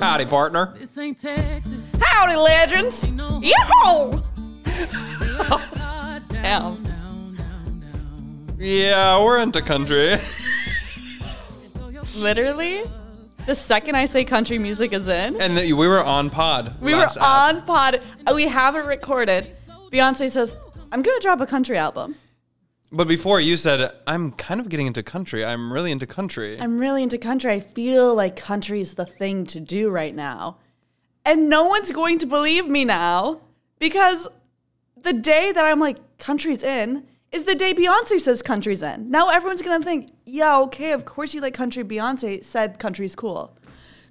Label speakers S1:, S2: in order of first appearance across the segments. S1: Howdy, partner.
S2: This ain't Texas.
S3: Howdy, legends.
S2: Ain't no
S3: Yeehaw!
S2: cards
S3: Hell.
S2: down, down, down, down.
S1: Yeah, we're into country.
S2: Throw your
S3: Literally, the second I say country music is in,
S1: and that- we were on pod.
S3: we were
S1: last app.
S3: on pod. We have it recorded. Beyonce says, "I'm gonna drop a country album.
S1: But before you said, I'm kind of getting into country. I'm really into country.
S3: I'm really into country. I feel like country's the thing to do right now." And no one's going to believe me now because the day that I'm like country's in is the day Beyonce says country's in. Now everyone's gonna think, "Yeah, okay, of course you like country." Beyonce said country's cool.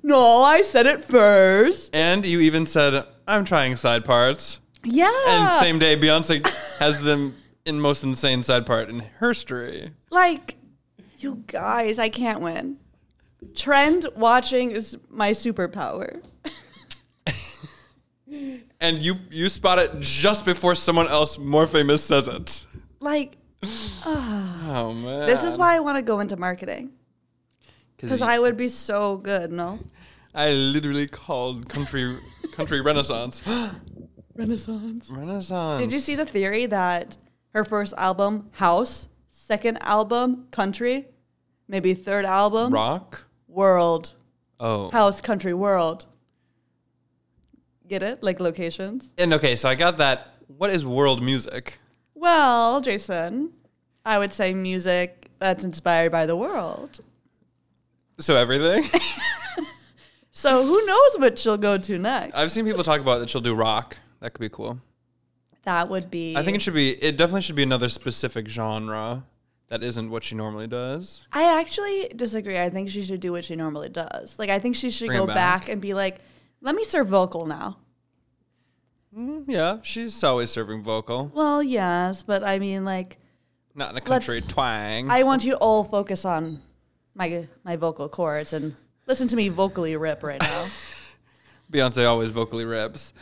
S3: No, I said it first.
S1: and you even said, I'm trying side parts.
S3: Yeah.
S1: And same day, Beyonce has the in most insane side part in history.
S3: Like, you guys, I can't win. Trend watching is my superpower.
S1: And you you spot it just before someone else more famous says it.
S3: Like,
S1: Oh man.
S3: this is why I want to go into marketing because I would be so good, no?
S1: I literally called country country renaissance.
S3: Renaissance.
S1: renaissance.
S3: Did you see the theory that her first album, House, second album, Country, maybe third album,
S1: rock?
S3: World,
S1: Oh.
S3: House, Country, World? Get it? Like locations?
S1: And okay, so I got that. What is world music?
S3: Well, Jason, I would say music that's inspired by the world.
S1: So everything.
S3: So who knows what she'll go to next?
S1: I've seen people talk about that she'll do rock. That could be cool.
S3: That would be.
S1: I think it should be. It definitely should be another specific genre that isn't what she normally does.
S3: I actually disagree. I think she should do what she normally does. Like I think she should
S1: Bring
S3: go
S1: it
S3: back.
S1: back.
S3: and be like, "Let me serve vocal now."
S1: Mm, yeah, she's always serving vocal,
S3: Well, yes, but I mean, like,
S1: not in a country
S3: Let's-
S1: twang.
S3: I want you all focus on my my vocal cords and listen to me vocally rip right now.
S1: Beyonce always vocally rips.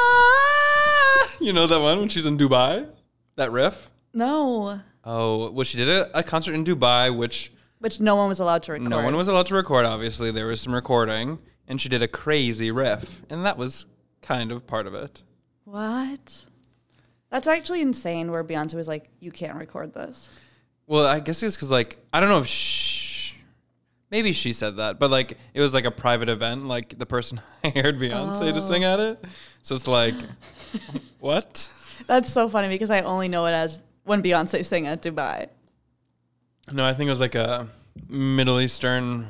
S1: Ah, you know that one when she's in Dubai, that riff.
S3: no,
S1: Oh, well, she did a, a concert in Dubai, which
S3: which no one was allowed to record.
S1: no one was allowed to record. Obviously, there was some recording, and she did a crazy riff, and that was kind of part of it.
S3: What? That's actually insane. Where Beyonce was like, "You can't record this."
S1: Well, I guess it's because like I don't know if sh maybe she said that, but like it was like a private event. Like the person hired Beyonce to sing at it, so it's like what?
S3: That's so funny because I only know it as when Beyonce sang at Dubai.
S1: No, I think it was like a Middle Eastern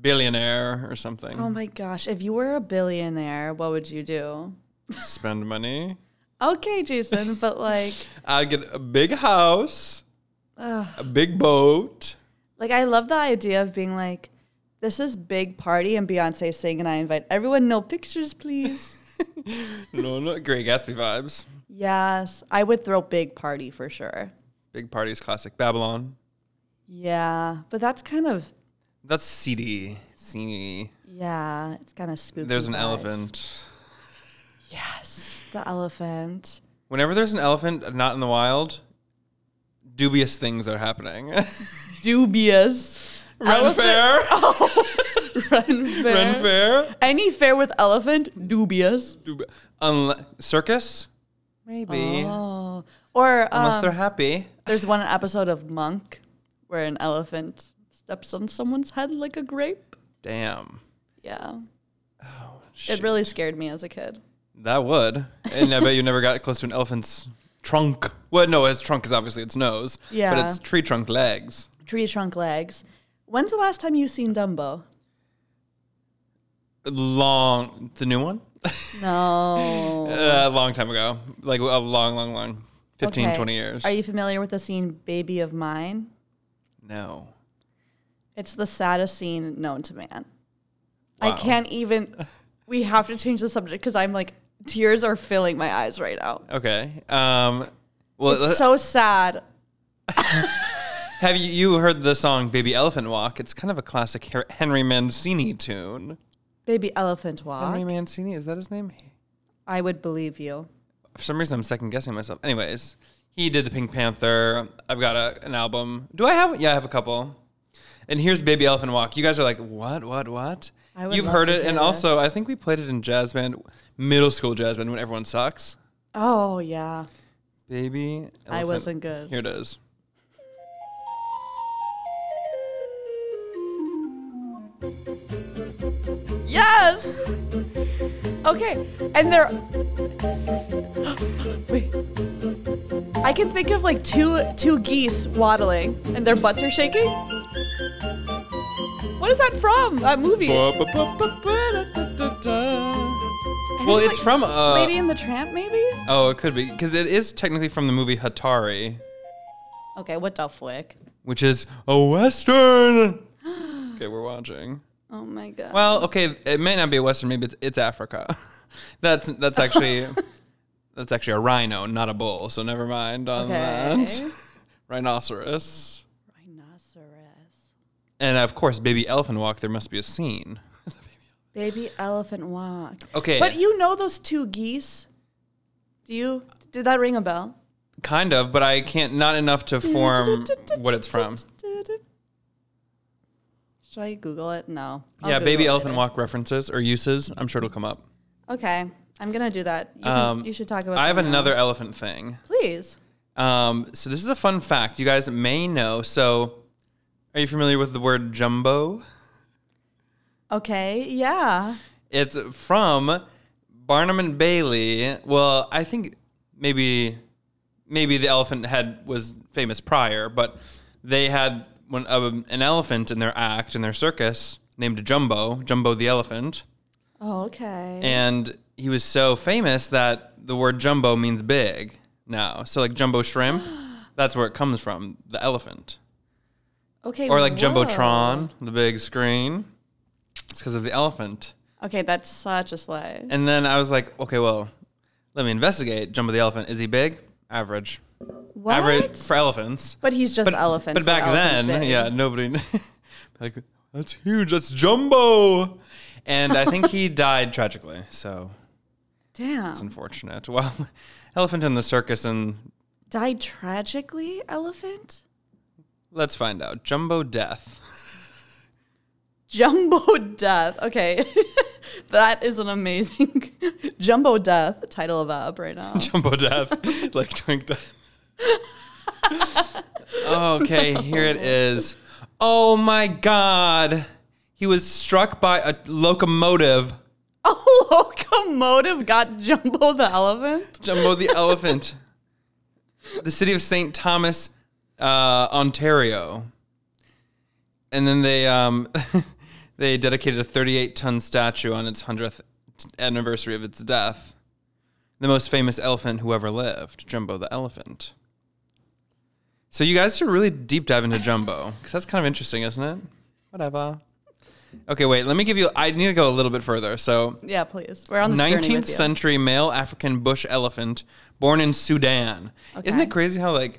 S1: billionaire or something.
S3: Oh my gosh! If you were a billionaire, what would you do?
S1: Spend money.
S3: Okay, Jason, but like,
S1: I get a big house, a big boat.
S3: like I love the idea of being like, "This is big party," and Beyonce sang, and I invite everyone. No pictures, please.
S1: No, no, Great Gatsby vibes.
S3: yes, I would throw big party for sure.
S1: Big parties, classic Babylon.
S3: Yeah, but that's kind of
S1: That's seedy, seedy.
S3: yeah, it's kind of spooky.
S1: There's an
S3: vibes.
S1: elephant.
S3: Yes, the elephant.
S1: Whenever there's an elephant not in the wild, dubious things are happening.
S3: dubious.
S1: Ren fair,
S3: Ren Oh, fair.
S1: Ren fair,
S3: Any fair with elephant, dubious.
S1: Dubi- unle- circus, maybe
S3: Oh. Or
S1: unless
S3: um,
S1: they're happy.
S3: there's one episode of Monk where an elephant steps on someone's head like a grape.
S1: Damn,
S3: Yeah.
S1: Shit.
S3: It really scared me as a kid.
S1: that would. And I bet you never got close to an elephant's trunk. Well, no, his trunk is obviously its nose. but
S3: Yeah.
S1: it's tree trunk legs.
S3: Tree trunk legs. When's the last time you seen Dumbo?
S1: Long, the new one,
S3: No.
S1: Uh, a long time ago, like a long, long, long, 15,
S3: Okay.
S1: 20 years.
S3: Are you familiar with the scene Baby of Mine?
S1: no.
S3: It's the saddest scene known to man. I
S1: Wow.
S3: can't even. We have to change the subject because I'm like tears are filling my eyes right now.
S1: Okay. Um. Well,
S3: It's so sad.
S1: Have you, you heard the song Baby Elephant Walk? It's kind of a classic Her- Henry Mancini tune.
S3: Baby elephant walk.
S1: Henry Mancini, is that his name?
S3: I would believe you.
S1: For some reason, I'm second guessing myself. Anyways, he did the Pink Panther. I've got a, an album. Do I have? Yeah, I have a couple. And here's Baby Elephant Walk. You guys are like, what, what, what?
S3: I would
S1: You've
S3: love
S1: heard
S3: to
S1: it,
S3: hear
S1: and
S3: this.
S1: also I think we played it in jazz band, middle school jazz band, when everyone sucks.
S3: Oh yeah.
S1: Baby, elephant.
S3: I wasn't good.
S1: Here it is.
S3: Yes. Okay, and they're. Wait. I can think of like two two geese waddling, and their butts are shaking. What is that from? That movie? I
S1: Well,
S3: think
S1: it's
S3: like
S1: from uh,
S3: Lady and the Tramp, maybe.
S1: oh, it could be because it is technically from the movie Hatari,
S3: Okay, what the flick?
S1: which is a western. okay, we're watching.
S3: Oh my god.
S1: Well, okay, it may not be a western. Maybe it's, it's Africa. that's that's actually that's actually a rhino, not a bull. So never mind on
S3: okay.
S1: that. Rhinoceros,
S3: Rhinoceros.
S1: and of course, baby elephant walk. There must be a scene.
S3: Baby elephant walk.
S1: Okay,
S3: But you know those two geese? Do you? Did that ring a bell?
S1: kind of, but I can't not enough to form what it's from.
S3: Should I Google it? No. I'll
S1: yeah,
S3: Google
S1: baby
S3: it
S1: elephant
S3: later.
S1: walk references or uses. I'm sure it'll come up.
S3: Okay, I'm gonna do that. You, can-
S1: Um,
S3: you should talk about.
S1: I have
S3: something
S1: another
S3: else.
S1: elephant thing.
S3: Please.
S1: Um, so this is a fun fact you guys may know. So, are you familiar with the word jumbo?
S3: Okay. Yeah.
S1: It's from Barnum and Bailey. Well, I think maybe maybe the elephant head was famous prior, but they had one, um, an elephant in their act in their circus named Jumbo, Jumbo the elephant.
S3: Oh, okay.
S1: and he was so famous that the word jumbo means big now. So like jumbo shrimp, that's where it comes from, the elephant.
S3: okay.
S1: Or like
S3: whoa.
S1: jumbotron, the big screen. It's because of the elephant.
S3: Okay, that's such a slay.
S1: And then I was like, okay, well, let me investigate. Jumbo the elephant, is he big? Average.
S3: What?
S1: Average for elephants.
S3: but he's just
S1: But
S3: elephant.
S1: But back then, yeah, nobody like that's huge. That's jumbo. And I think he died tragically. So It's
S3: Damn.
S1: unfortunate. Well, elephant in the circus, and
S3: Died tragically, elephant.
S1: let's find out. Jumbo death.
S3: Jumbo Death. Okay. that is an amazing Jumbo Death title of up right now.
S1: Jumbo death, like drink death. okay, here it is. Oh my God. He was struck by a locomotive.
S3: A locomotive got Jumbo the elephant.
S1: Jumbo the elephant. The city of St. Thomas, uh, Ontario. And then they um, they dedicated a 38 ton statue on its 100th anniversary of its death. The most famous elephant who ever lived, Jumbo the elephant. So you guys should really deep dive into Jumbo because that's kind of interesting, isn't it? Whatever. Okay, wait. Let me give you. I need to go a little bit further. So
S3: Yeah, please. We're on the
S1: 19th century male African bush elephant born in Sudan. Isn't
S3: Okay.
S1: it crazy how like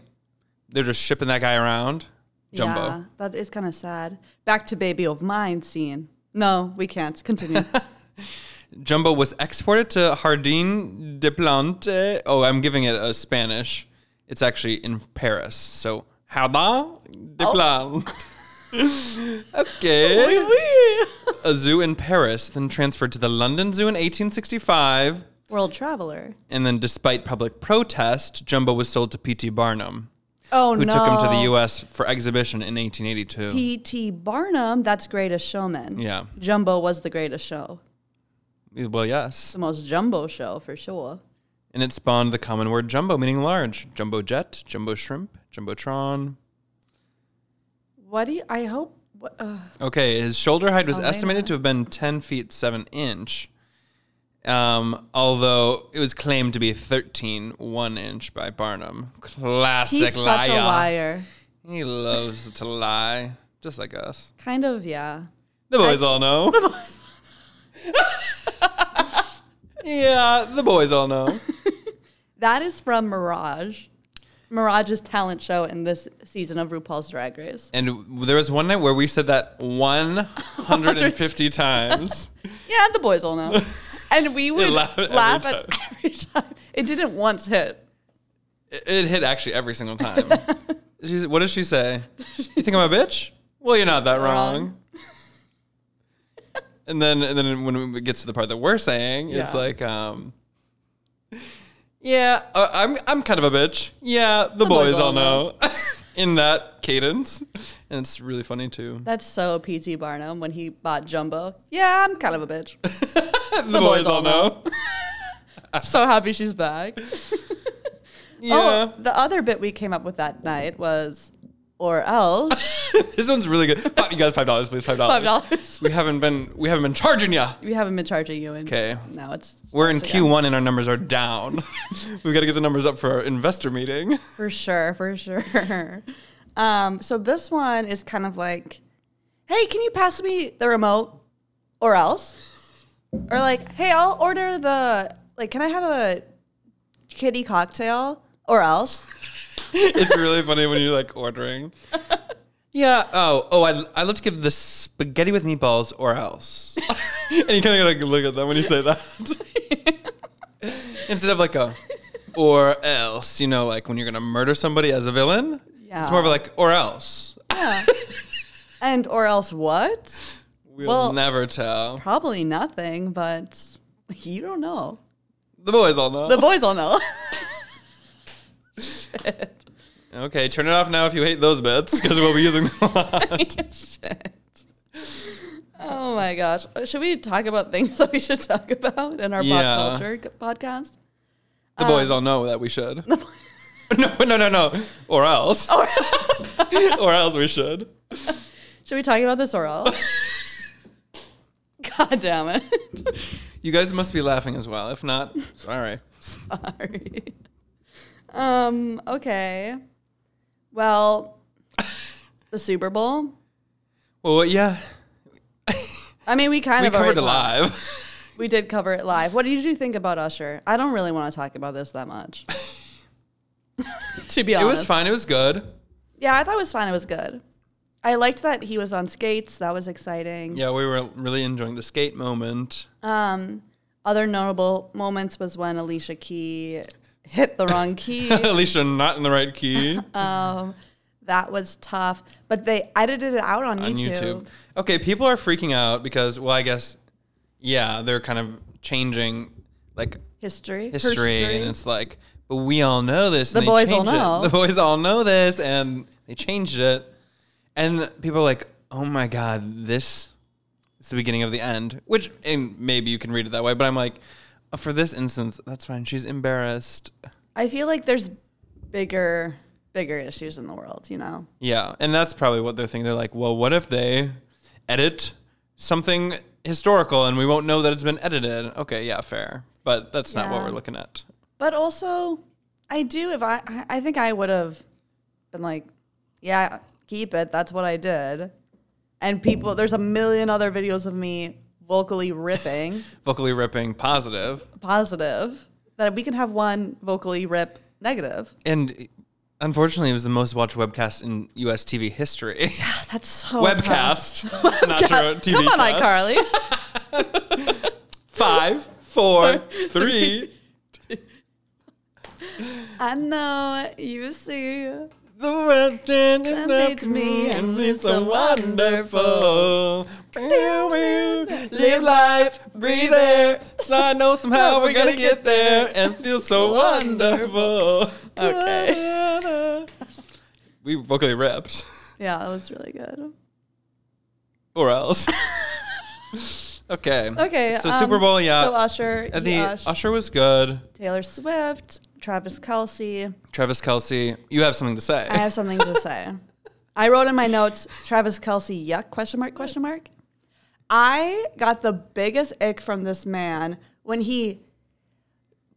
S1: they're just shipping that guy around? Jumbo.
S3: Yeah, that is kind of sad. Back to Baby of Mine scene. No, we can't. Continue.
S1: Jumbo was exported to Jardin de Plante. Oh, I'm giving it a Spanish. It's actually in Paris. So Jardin
S3: Oh.
S1: de Plante. okay. A zoo in Paris, then transferred to the London Zoo in 1865.
S3: World Traveler.
S1: And then, despite public protest, Jumbo was sold to P.T. Barnum.
S3: Oh,
S1: who
S3: no.
S1: took him to the U.S. for exhibition in 1882.
S3: P.T. Barnum, that's greatest showman.
S1: Yeah.
S3: Jumbo was the greatest show.
S1: well, yes.
S3: The most jumbo show for sure.
S1: And it spawned the common word jumbo, meaning large. Jumbo jet, jumbo shrimp, jumbotron.
S3: What do you, I hope. What, uh,
S1: Okay, his shoulder height was
S3: Elena.
S1: estimated to have been 10 feet 7 inch, um, although it was claimed to be 13 1 inch by Barnum. Classic
S3: he's
S1: liar.
S3: such a liar.
S1: He loves to lie, just like us.
S3: Kind of, yeah.
S1: The boys all know. yeah, the boys all know.
S3: That is from Mirage. Mirage's talent show in this season of RuPaul's Drag Race.
S1: And w- there was one night where we said that 150 times.
S3: Yeah, the boys all know. and we would
S1: laugh
S3: laugh,
S1: every
S3: at
S1: time.
S3: every time. It didn't once hit.
S1: It, it hit actually every single time. She's, what does she say? You think I'm a bitch? Well, you're not that wrong. And then and then when it gets to the part that we're saying, it's
S3: Yeah.
S1: like, um, yeah, uh, I'm I'm kind of a bitch. Yeah, the, boys, all know. In that cadence, and it's really funny too.
S3: That's so P.T. Barnum when he bought Jumbo. Yeah, I'm kind of a bitch.
S1: The, boys, all know. Oh.
S3: so happy she's back.
S1: yeah,
S3: Oh, the other bit we came up with that night was, or else,
S1: this one's really good. Fi- You guys, five dollars, please, five dollars.
S3: $5.
S1: We haven't been we haven't been charging ya.
S3: we haven't been charging you. And
S1: Okay.
S3: Now it's.
S1: We're in
S3: it's again.
S1: Q1 and our numbers are down. We've got to get the numbers up for our investor meeting.
S3: For sure, for sure. Um, so this one is kind of like, hey, can you pass me the remote or else? Or like, hey, I'll order the, like, can I have a kitty cocktail or else?
S1: it's really funny when you're like ordering. Yeah. Oh. Oh. I I love to give the spaghetti with meatballs or else. and you kind of gotta look at them when you say that. Instead of like a or else, you know, like when you're gonna murder somebody as a villain. It's more of
S3: Yeah.
S1: like or else.
S3: And or else what?
S1: We'll
S3: Well-
S1: never tell.
S3: Probably nothing, but you don't know.
S1: The boys all know.
S3: The boys all know.
S1: okay, turn it off now if you hate those bits because we'll be using them. a lot.
S3: Shit. Oh my gosh. Should we talk about things that we should talk about in our
S1: Yeah.
S3: pop culture g- podcast?
S1: The boys all know that we should. no, no, no, no. Or else. Or else. we should.
S3: Should we talk about this or else? God damn it.
S1: You guys must be laughing as well. If not, sorry.
S3: Sorry. Um, okay. Well, the Super Bowl.
S1: Well, what- yeah,
S3: I mean, we kind
S1: we
S3: of already
S1: covered a
S3: talked-
S1: live.
S3: We did cover it live. What did you think about Usher? I don't really want to talk about this that much. to be
S1: It
S3: honest.
S1: was fine. It was good.
S3: Yeah, I thought it was fine. It was good. I liked that he was on skates. That was exciting.
S1: Yeah, we were really enjoying the skate moment.
S3: Um, other notable moments was when Alicia Key hit the wrong key. Um,
S1: Alicia not in the right key
S3: that was tough. But they edited it out on,
S1: on
S3: YouTube.
S1: YouTube. Okay, people are freaking out because, well, I guess, yeah, they're kind of changing like
S3: History.
S1: history, and it's like, but we all know this. and
S3: The
S1: they
S3: boys all
S1: changed it.
S3: know.
S1: The boys all know this, and they changed it. And people are like, oh my god, this is the beginning of the end. Which, and maybe you can read it that way, but I'm like, uh, for this instance, that's fine. She's embarrassed.
S3: I feel like there's bigger, bigger issues in the world, you know?
S1: Yeah, and that's probably what they're thinking. They're like, well, what if they edit something historical and we won't know that it's been edited? Okay, yeah, fair. But that's not what
S3: Yeah.
S1: we're looking at.
S3: But also, I do, if I, I- I think I would have been like, yeah, keep it. That's what I did. And people, there's a million other videos of me vocally ripping
S1: Vocally ripping positive.
S3: positive that we can have one vocally rip negative.
S1: and eh, unfortunately, it was the most watched webcast in U.S. TV history.
S3: That's so
S1: Oh,
S3: tough.
S1: webcast, not
S3: God,
S1: TV.
S3: Come on,
S1: cast.
S3: iCarly.
S1: Five, four, three.
S3: I know you see.
S1: The world ended
S3: Lead
S1: up to me, and it's so
S3: wonderful.
S1: wonderful. Pew, pew. Live life, breathe air. So I know somehow we're gonna get there and feel so wonderful.
S3: Okay.
S1: We vocally ripped,
S3: Yeah, that was really good.
S1: or else. okay.
S3: Okay.
S1: So
S3: um,
S1: Super Bowl, yeah.
S3: So Usher,
S1: I think
S3: Yash,
S1: Usher was good.
S3: Taylor Swift, Travis Kelsey.
S1: Travis Kelsey, you have something to say.
S3: I have something to say. I wrote in my notes, Travis Kelsey, yuck, question mark, question mark. I got the biggest ick from this man when he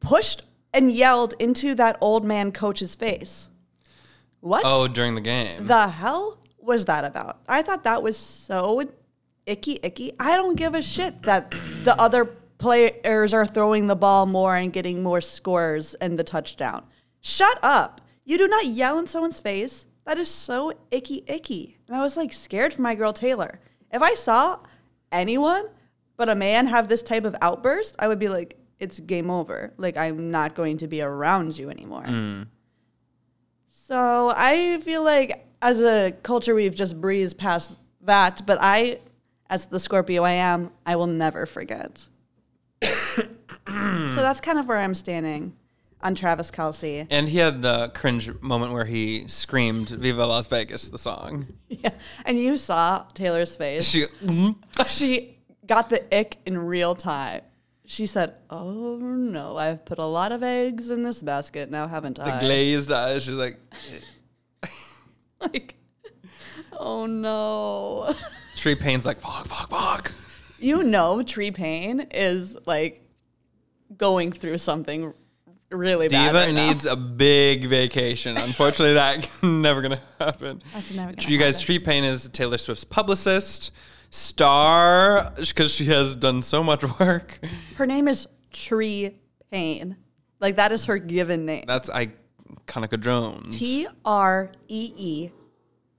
S3: pushed and yelled into that old man coach's face. What
S1: oh, during the game.
S3: the hell was that about? I thought that was so icky, icky. I don't give a shit that the other players are throwing the ball more and getting more scores and the touchdown. Shut up. You do not yell in someone's face. That is so icky, icky. And I was like scared for my girl Taylor. If I saw anyone but a man have this type of outburst, I would be like, it's game over. Like, I'm not going to be around you anymore. So I feel like as a culture, we've just breezed past that. But I, as the Scorpio I am, I will never forget. so that's kind of where I'm standing on Travis Kelsey.
S1: And he had the cringe moment where he screamed "Viva Las Vegas" the song.
S3: Yeah. And you saw Taylor's face.
S1: She, mm.
S3: She got the ick in real time. She said, Oh no, I've put a lot of eggs in this basket now, haven't
S1: the
S3: I?
S1: glazed eyes. She's like,
S3: like, oh no.
S1: Tree Payne's like, "Fuck, fuck, fuck."
S3: You know, Tree Payne is like going through something really bad.
S1: Diva
S3: right now.
S1: needs a big vacation. Unfortunately, that never gonna happen.
S3: That's never gonna
S1: You guys,
S3: happen.
S1: Tree Payne is Taylor Swift's publicist, star, because she has done so much work.
S3: Her name is Tree Payne. Like, that is her given name.
S1: That's Iconica Jones.
S3: T R E E,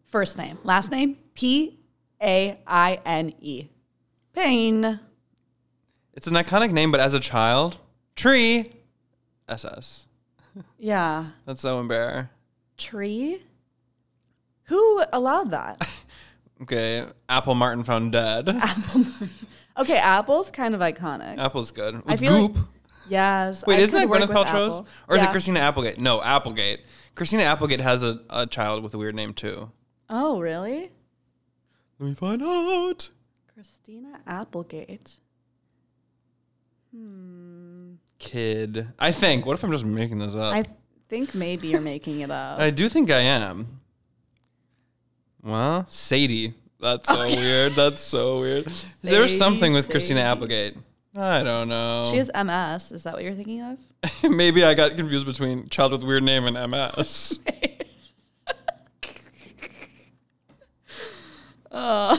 S3: first name. Last name, P A I N E. Payne.
S1: it's an iconic name, but as a child, Tree, SS.
S3: Yeah.
S1: That's so embarrassing.
S3: Tree? Who allowed that?
S1: Okay, Apple Martin found dead.
S3: Okay, Apple's kind of iconic.
S1: Apple's good. With
S3: feel like-
S1: Goop.
S3: Yes.
S1: Oh. Wait,
S3: I
S1: isn't
S3: could
S1: that
S3: work
S1: Gwyneth
S3: with
S1: Paltrow's?
S3: Apple.
S1: Or is
S3: Yeah.
S1: it Christina Applegate? No, Applegate. Christina Applegate has a, a child with a weird name too.
S3: Oh, really?
S1: Let me find out.
S3: Christina Applegate.
S1: Kid. I think. What if I'm just making this up?
S3: I
S1: I,
S3: th- think maybe you're making it up.
S1: do think I am. Well, Sadie. That's so weird. That's so weird. Is there was
S3: Sadie,
S1: something with Christina
S3: Sadie.
S1: Applegate. I don't know.
S3: She has MS. Is that what you're thinking of?
S1: Maybe I got confused between child with weird name and MS. Uh.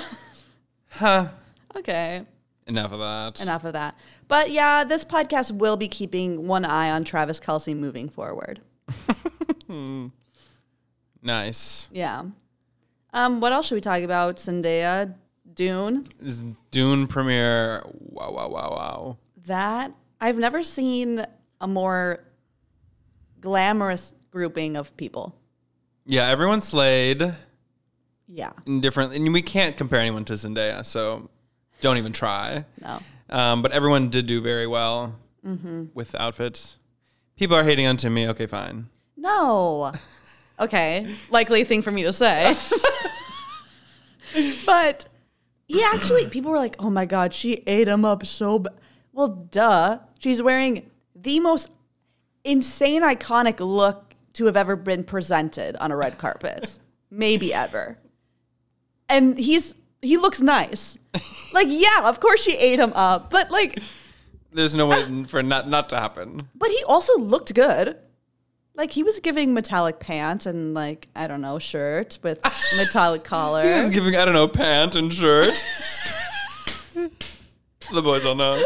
S1: huh.
S3: Okay.
S1: Enough of that.
S3: Enough of that. But yeah, this podcast will be keeping one eye on Travis Kelsey moving forward.
S1: Nice.
S3: Yeah. Um, what else should we talk about? Zendaya, Dune.
S1: This Dune premiere. Wow, wow, wow, wow.
S3: That I've never seen a more glamorous grouping of people.
S1: Yeah, everyone slayed
S3: Yeah.
S1: in different, and we can't compare anyone to Zendaya, so don't even try.
S3: No.
S1: Um, but everyone did do very well
S3: Mm-hmm.
S1: with the outfits. People are hating on Timmy. Okay, fine.
S3: No. Okay. Likely thing for me to say. but he actually, people were like, oh my God, she ate him up so bad. Well, duh. She's wearing the most insane, iconic look to have ever been presented on a red carpet, maybe ever. And he's, he looks nice. Like, yeah, of course she ate him up, but like,
S1: There's no way for not not to happen.
S3: but he also looked good. Like he was giving metallic pant and like I don't know shirt with metallic
S1: He was
S3: collar.
S1: giving I don't know pant and shirt. the boys all know.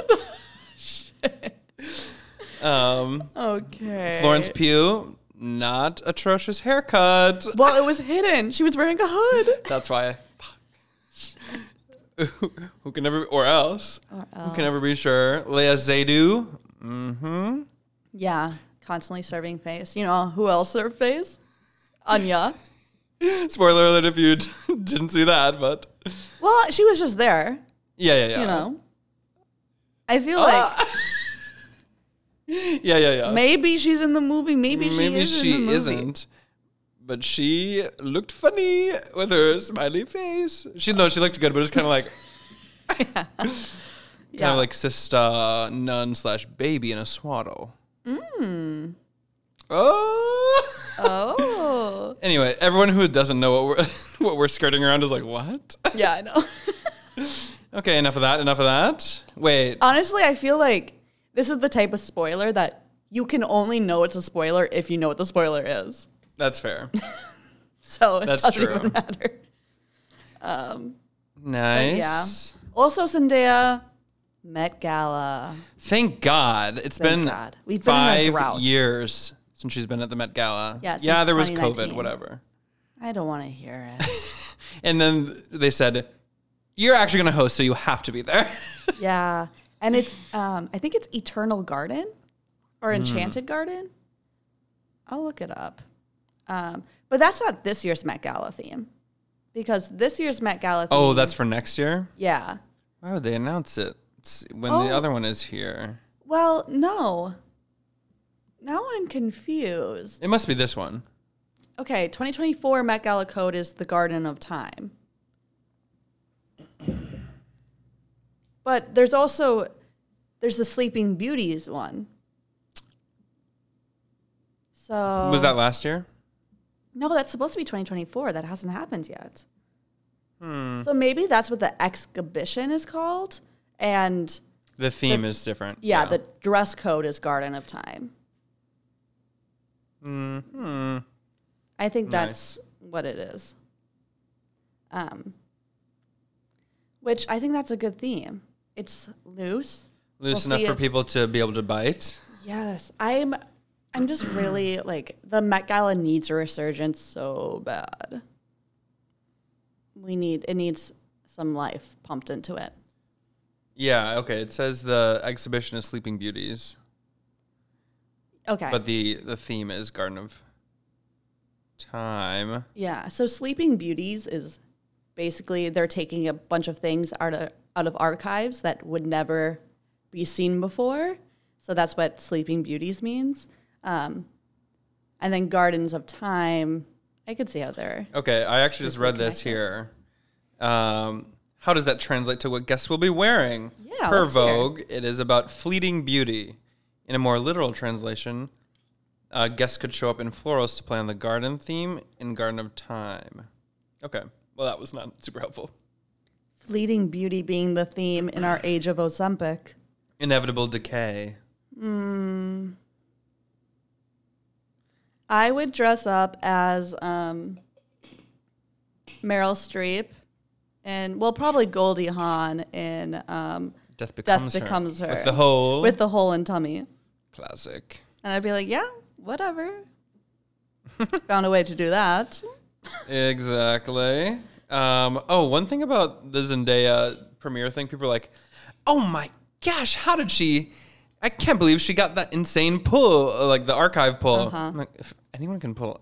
S1: um,
S3: Okay.
S1: Florence Pugh, not atrocious haircut.
S3: Well, it was hidden. She was wearing a hood.
S1: That's why. who, who can never, or else, Who can never be sure? Leah Zaidu. Mm-hmm.
S3: Yeah, constantly serving face. You know who else served face? Anya.
S1: Spoiler alert if you didn't see that, but
S3: Well, she was just there.
S1: yeah, yeah, yeah.
S3: You know. I feel
S1: Ah. yeah, yeah, yeah.
S3: like maybe she's in the movie. Maybe she
S1: Maybe
S3: is
S1: she
S3: in the movie.
S1: isn't. But she looked funny with her smiley face. She no, she looked good, but it's kind of like kind
S3: Yeah.
S1: of like sister nun slash baby in a swaddle. Mm. Oh.
S3: oh.
S1: Anyway, everyone who doesn't know what we're what we're skirting around is like, what?
S3: Yeah, I know.
S1: Okay, enough of that. Enough of that. Wait,
S3: Honestly, I feel like this is the type of spoiler that you can only know it's a spoiler if you know what the spoiler is.
S1: that's fair.
S3: So it
S1: That's
S3: doesn't
S1: true.
S3: even matter.
S1: Nice.
S3: Yeah. Also, Zendaya, Met Gala.
S1: Thank God. it's
S3: Thank
S1: been
S3: God. We've been in a
S1: five
S3: drought.
S1: years since she's been at the Met Gala.
S3: Yeah,
S1: yeah.
S3: since
S1: There was COVID,
S3: 2019.
S1: whatever.
S3: I don't want to hear it.
S1: And then they said, "You're actually going to host, so you have to be there."
S3: yeah. And it's, um, I think it's Eternal Garden or
S1: Hmm.
S3: Enchanted Garden. I'll look it up. Um, but that's not this year's Met Gala theme. because this year's Met Gala.
S1: Oh,
S3: theme-
S1: that's for next year.
S3: yeah.
S1: Why would they announce it It's when the
S3: Oh.
S1: other one is here?
S3: Well, no. Now I'm confused.
S1: It must be this one.
S3: Okay, 2024 Met Gala code is the Garden of Time. But there's also there's the Sleeping Beauties one. So
S1: Was that last year?
S3: No, that's supposed to be 2024. That hasn't happened yet.
S1: Hmm.
S3: So maybe that's what the exhibition is called and
S1: The theme is different.
S3: yeah, the dress code is Garden of Time.
S1: Hmm.
S3: I
S1: Nice.
S3: think that's what it is. Um, which I think that's a good theme. It's loose.
S1: Loose
S3: We'll see
S1: enough for
S3: if-
S1: people to be able to bite.
S3: Yes, I'm. I'm just really like the Met Gala needs a resurgence so bad. We need it needs some life pumped into it.
S1: Yeah. Okay. It says the exhibition is Sleeping Beauties,
S3: Okay.
S1: but the the theme is Garden of Time.
S3: yeah. So Sleeping Beauties is basically they're taking a bunch of things out of out of archives that would never be seen before. So that's what Sleeping Beauties means. Um, and then Gardens of Time. I could see how they're
S1: Okay. I actually just
S3: Loosely
S1: read this
S3: connected.
S1: here. Um, how does that translate to what guests will be wearing?
S3: Yeah,
S1: Per
S3: let's hear.
S1: Vogue, it is about fleeting beauty. In a more literal translation, uh, guests could show up in florals to play on the garden theme in Garden of Time. Okay. Well, that was not super helpful.
S3: fleeting beauty being the theme in our age of Ozempic.
S1: Inevitable decay.
S3: I would dress up as um, Meryl Streep and, well, probably Goldie Hawn in um,
S1: Death becomes
S3: Death Becomes Her.
S1: With the hole.
S3: With the hole in tummy.
S1: Classic.
S3: And I'd be like, yeah, whatever. Found a way to do that.
S1: Exactly. Um, oh, one thing about the Zendaya premiere thing, people are like, "Oh my gosh, how did she? I can't believe she got that insane pull, uh, like the archive pull." I'm like, if anyone can pull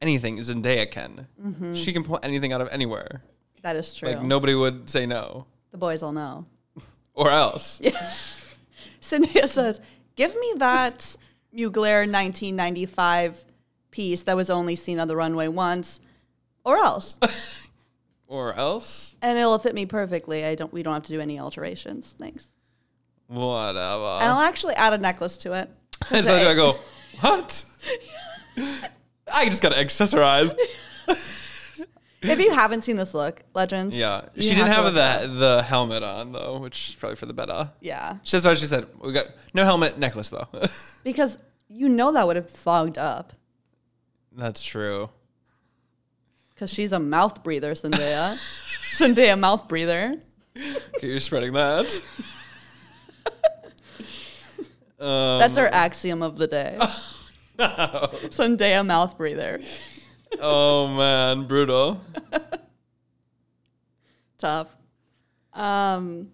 S1: anything, Zendaya can. She can pull anything out of anywhere.
S3: That is true.
S1: Like nobody would say no,
S3: The boys will know.
S1: or else.
S3: Cynthia says, give me that Mugler 1995 piece that was only seen on the runway once or else.
S1: Or else.
S3: and it'll fit me perfectly. I don't. We don't have to do any alterations. Thanks.
S1: Whatever.
S3: And I'll actually add a necklace to it.
S1: And so I go, what? I just gotta accessorize.
S3: If you haven't seen this look, legends.
S1: Yeah,
S3: you
S1: she didn't
S3: to
S1: have
S3: look it up.
S1: the the helmet on though, which is probably for the better.
S3: Yeah,
S1: That's why she said we got no helmet, necklace though.
S3: because you know that would have fogged up
S1: That's true.
S3: because she's a mouth breather, Zendaya. Zendaya mouth breather.
S1: Okay, you're spreading that. um,
S3: That's our axiom of the day. Zendaya mouth breather.
S1: oh man, brutal.
S3: Tough. Um,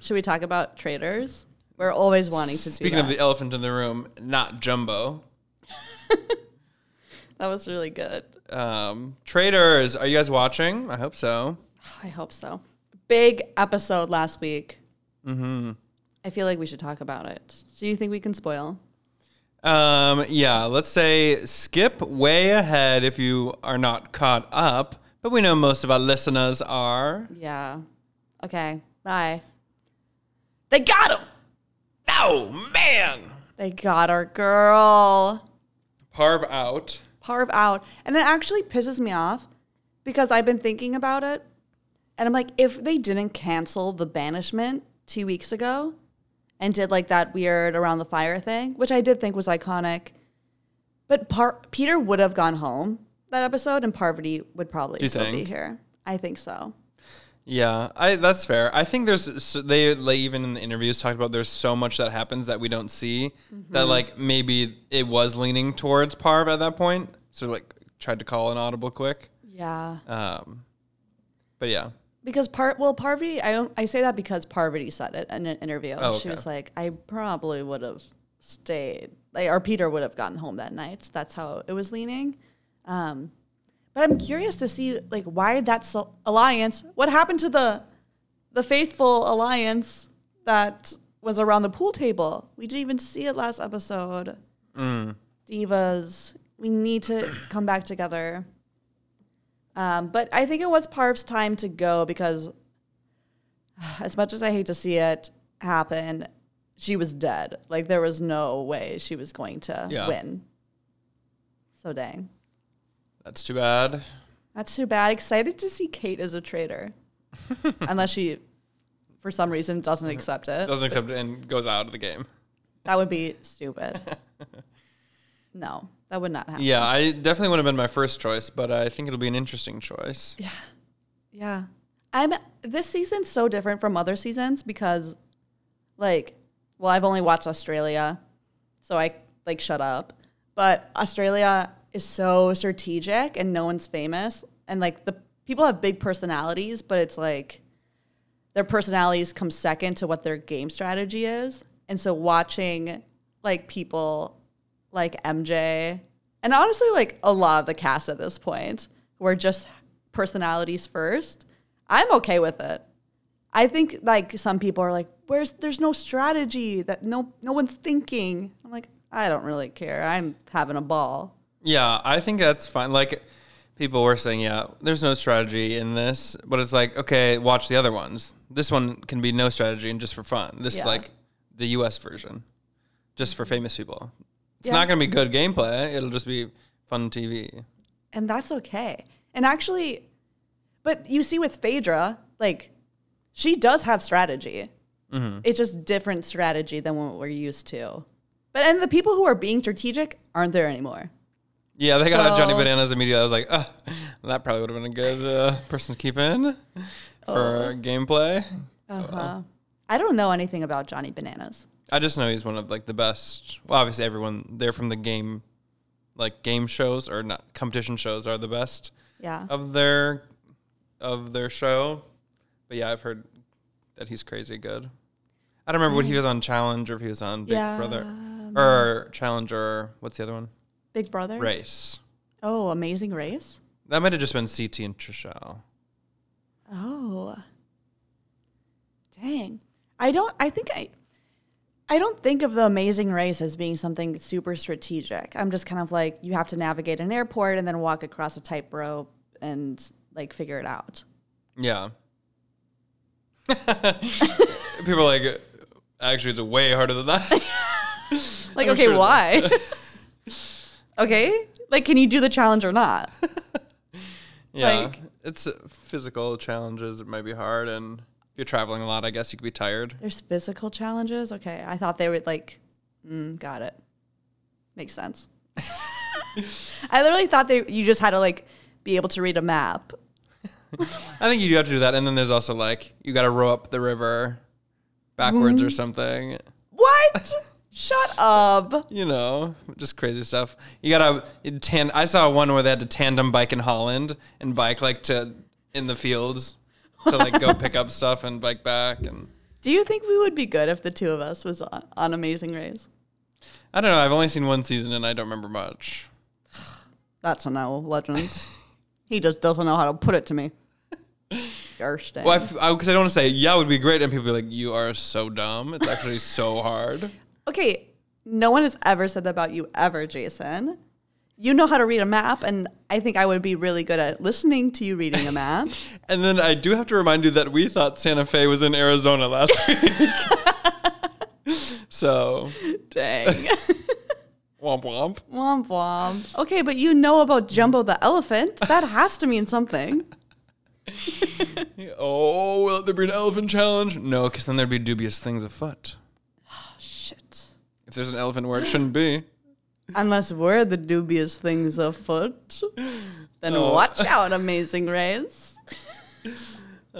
S3: should we talk about traders? We're always wanting to
S1: Speaking
S3: do
S1: of
S3: that.
S1: the elephant in the room, not Jumbo.
S3: that was really good.
S1: Um, traders, are you guys watching? I hope so.
S3: I hope so. Big episode last week.
S1: Mm-hmm.
S3: I feel like we should talk about it. Do you think we can spoil?
S1: Um, yeah, let's say skip way ahead if you are not caught up, but we know most of our listeners are.
S3: Yeah. Okay. Bye. They got him.
S1: Oh man,
S3: They got our girl.
S1: Parv out.
S3: Parv out. And it actually pisses me off because I've been thinking about it. And I'm like, if they didn't cancel the banishment two weeks ago and did like that weird around the fire thing, which I did think was iconic, but Par- Peter would have gone home that episode and Parvati would probably
S1: you
S3: still be
S1: think?
S3: here. I think so.
S1: Yeah, I that's fair. I think there's s they like, even in the interviews talked about there's so much that happens that we don't see that like maybe it was leaning towards Parv at that point, so like tried to call an audible quick.
S3: Yeah.
S1: Um, but yeah,
S3: Because part well Parvati I don't, I say that because Parvati said it in an interview.
S1: Oh,
S3: She
S1: okay.
S3: was like, I probably would have stayed, like, or Peter would have gotten home that night. That's how it was leaning. Um, But I'm curious to see like why that so- alliance. What happened to the the faithful alliance that was around the pool table? We didn't even see it last episode. Divas, we need to come back together. Um, but I think it was Parv's time to go because, as much as I hate to see it happen, she was dead. Like there was no way she was going to
S1: Yeah.
S3: win. So dang.
S1: That's too bad.
S3: That's too bad. Excited to see Kate as a traitor. Unless she, for some reason, doesn't accept it.
S1: Doesn't accept it and goes out of the game.
S3: That would be stupid. No, that would not happen.
S1: Yeah, I definitely would have been my first choice, but I think it'll be an interesting choice.
S3: Yeah. I'm this season's so different from other seasons because like well, I've only watched Australia, so I like shut up. But Australia is so strategic and no one's famous and like the people have big personalities, but it's like their personalities come second to what their game strategy is. And so watching like people like MJ and honestly like a lot of the cast at this point who are just personalities first, I'm okay with it. I think like some people are like, where's there's no strategy that no no one's thinking. I'm like, I don't really care. I'm having a ball.
S1: Yeah, I think that's fine. Like people were saying, yeah, there's no strategy in this, but it's like, okay, watch the other ones. This one can be no strategy and just for fun. This is
S3: Yeah.
S1: like the US version, just for famous people. It's
S3: Yeah.
S1: not going to be good gameplay, it'll just be fun TV.
S3: and that's okay. And actually, but you see with Phaedra, like she does have strategy. It's just different strategy than what we're used to. But and the people who are being strategic aren't there anymore.
S1: Yeah, they got out Johnny
S3: So-
S1: Bananas immediately. I was like, oh, that probably would have been a good uh, person to keep in
S3: Oh.
S1: for gameplay.
S3: Uh-huh. I don't know anything about Johnny Bananas.
S1: I just know he's one of like the best. Well, obviously everyone they're from the game, like game shows or not competition shows are the best
S3: Yeah.
S1: of their of their show. But yeah, I've heard that he's crazy good. I don't remember what he was on Challenge or if he was on Big
S3: Yeah, Um,
S1: Brother or Challenger. or What's the other one?
S3: Big Brother.
S1: Race.
S3: Oh, Amazing Race.
S1: That might have just been CT and Trishelle.
S3: Oh. Dang. I don't I think I I don't think of the amazing race as being something super strategic. I'm just kind of like you have to navigate an airport and then walk across a tightrope and like figure it out.
S1: Yeah. People are like, actually, it's way harder than that.
S3: Like
S1: I'm
S3: okay,
S1: Oh, sure that-
S3: why? okay? Like can you do the challenge or not?
S1: Yeah,
S3: Like-
S1: it's uh, physical challenges. It might be hard, and if you're traveling a lot, I guess you could be tired.
S3: There's physical challenges. Okay. I thought they were like mm, got it. Makes sense. I literally thought they you just had to like be able to read a map
S1: I think you do have to do that, and then there's also like you got to row up the river backwards or something.
S3: What? Shut up.
S1: You know, just crazy stuff. You got to tan. I saw one where they had to tandem bike in Holland and bike like to in the fields to like go pick up stuff and bike back. And
S3: Do you think we would be good if the two of us was on, on Amazing Race?
S1: I don't know. I've only seen one season, and I don't remember much.
S3: That's a no, legends. he just doesn't know how to put it to me. Gerstein.
S1: Well, because I, 'cause I don't want to say yeah, it would be great, and people be like, "You are so dumb. It's actually so hard."
S3: okay, no one has ever said that about you ever, Jason. You know how to read a map, and I think I would be really good at listening to you reading a map.
S1: And then I do have to remind you that we thought Santa Fe was in Arizona last week. so,
S3: Dang.
S1: womp womp.
S3: womp womp. Okay, but you know about Jumbo the elephant. That has to mean something.
S1: Oh, will there be an elephant challenge? No, because then there'd be dubious things afoot.
S3: Shit.
S1: If there's an elephant where it shouldn't be.
S3: Unless we're the dubious things afoot, then
S1: Oh.
S3: watch out, Amazing Race.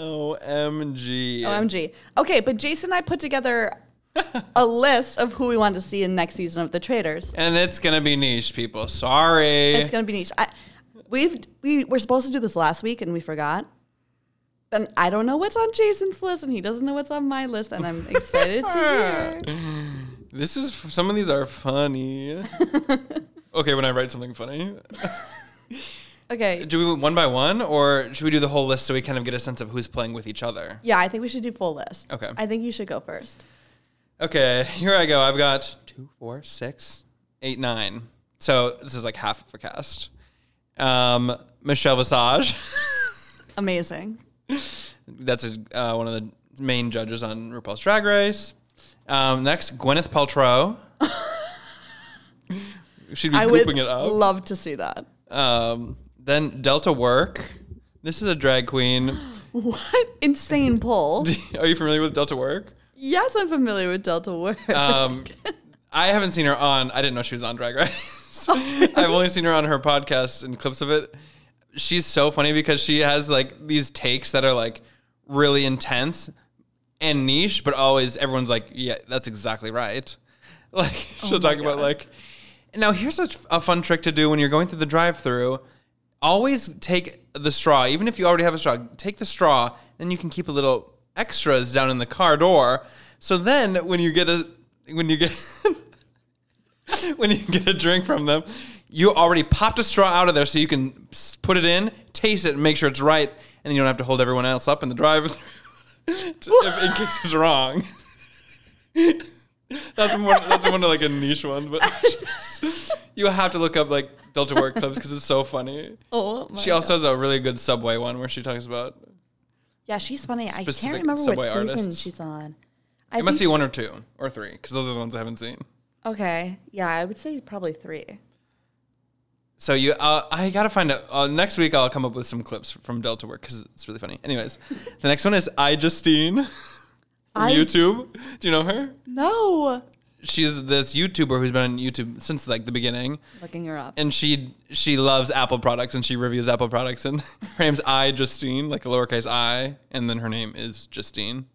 S1: OMG.
S3: OMG. Okay, but Jason and I put together a list of who we want to see in next season of The Traders.
S1: And it's going to be niche, people. Sorry.
S3: It's going to be niche. I, we've we were supposed to do this last week and we forgot. And I don't know what's on Jason's list, and he doesn't know what's on my list, and I'm excited to hear.
S1: this is, some of these are funny. okay, when I write something funny.
S3: Okay.
S1: Do we one by one, or should we do the whole list so we kind of get a sense of who's playing with each other?
S3: Yeah, I think we should do full list.
S1: Okay.
S3: I think you should go first.
S1: Okay, here I go. I've got two, four, six, eight, nine. So this is like half of a cast. Um, Michelle Visage.
S3: Amazing.
S1: That's a, uh, one of the main judges on RuPaul's Drag Race. Um, next, Gwyneth Paltrow. She'd be
S3: I would
S1: pooping it up.
S3: love to see that.
S1: um, then Delta Work. This is a drag queen.
S3: What insane pull?
S1: Are you familiar with Delta Work?
S3: yes, I'm familiar with Delta Work.
S1: Um, I haven't seen her on. I didn't know she was on Drag Race. I've only seen her on her podcast and clips of it. She's so funny because she has like these takes that are like really intense and niche, but always everyone's like, "Yeah, that's exactly right." Like she'll talk about
S3: God.
S1: like. Now here's a, a fun trick to do when you're going through the drive-through. Always take the straw, even if you already have a straw. Take the straw, and you can keep a little extras down in the car door. So then, when you get a when you get when you get a drink from them, you already popped a straw out of there, so you can s- put it in, taste it, and make sure it's right, and then you don't have to hold everyone else up in the drive-through to- if- in case it's wrong. that's one. That's one like a niche one, but you have to look up like Delta Work clips because it's so funny.
S3: oh my
S1: She also has a really good Subway one where she talks about.
S3: yeah, she's funny. I can't
S1: specific
S3: remember what
S1: Subway
S3: season
S1: artists.
S3: she's on.
S1: It must be one or two or three because those are the ones I haven't seen.
S3: Okay. Yeah, I would say probably three.
S1: So you, uh, I gotta find out. Uh, next week I'll come up with some clips from Delta Work because it's really funny. Anyways, the next one is I Justine from
S3: I-
S1: YouTube. Do you know her?
S3: No.
S1: She's this YouTuber who's been on YouTube since like the beginning,
S3: Looking her up.
S1: and she she loves Apple products and she reviews Apple products. And her name's I Justine, like a lowercase I, and then her name is Justine.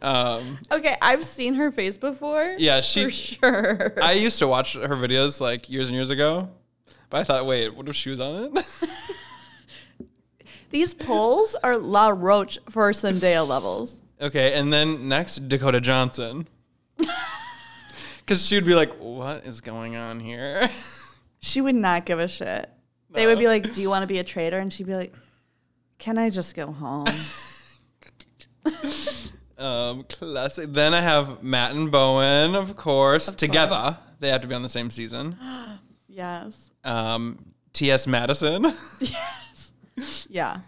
S1: um,
S3: Okay, I've seen her face before.
S1: yeah, she
S3: for sure.
S1: I used to watch her videos like years and years ago, but I thought, wait, what if she was on it?
S3: These polls are La Roche for Zendaya levels.
S1: okay, and then next, Dakota Johnson. Because she would be like, what is going on here?
S3: She would not give a shit. They would be like, "Do you want to be a traitor?" And she'd be like, "Can I just go home?"
S1: um, classic. Then I have Matt and Bowen, of course, together. They have to be on the same season.
S3: yes.
S1: Um, T.S. Madison.
S3: Yeah.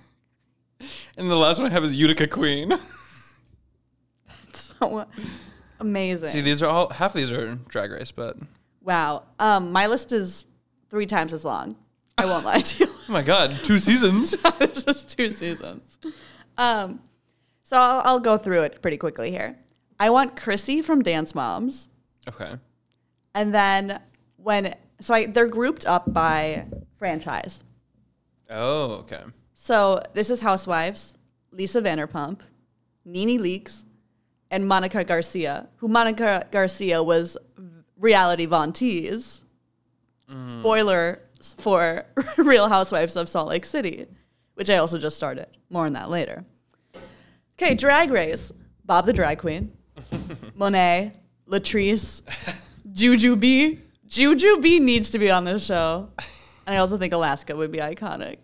S1: and the last one I have is Utica Queen.
S3: So amazing.
S1: See, these are all, half of these are drag race, but oh
S3: wow. Um, my list is three times as long. I won't lie to you.
S1: oh my God, two seasons.
S3: it's just two seasons. Um, so I'll, I'll go through it pretty quickly here. I want Chrissy from Dance Moms,
S1: okay.
S3: and then when so I they're grouped up by franchise.
S1: Oh, okay.
S3: So this is Housewives, Lisa Vanderpump, Nene Leakes, and Monica Garcia, who Monica Garcia was reality Von Tees.
S1: Mm.
S3: Spoiler for Real Housewives of Salt Lake City, which I also just started. More on that later. Okay, Drag Race. Bob the Drag Queen, Monet, Latrice, Juju B. Juju B needs to be on this show. And I also think Alaska would be iconic.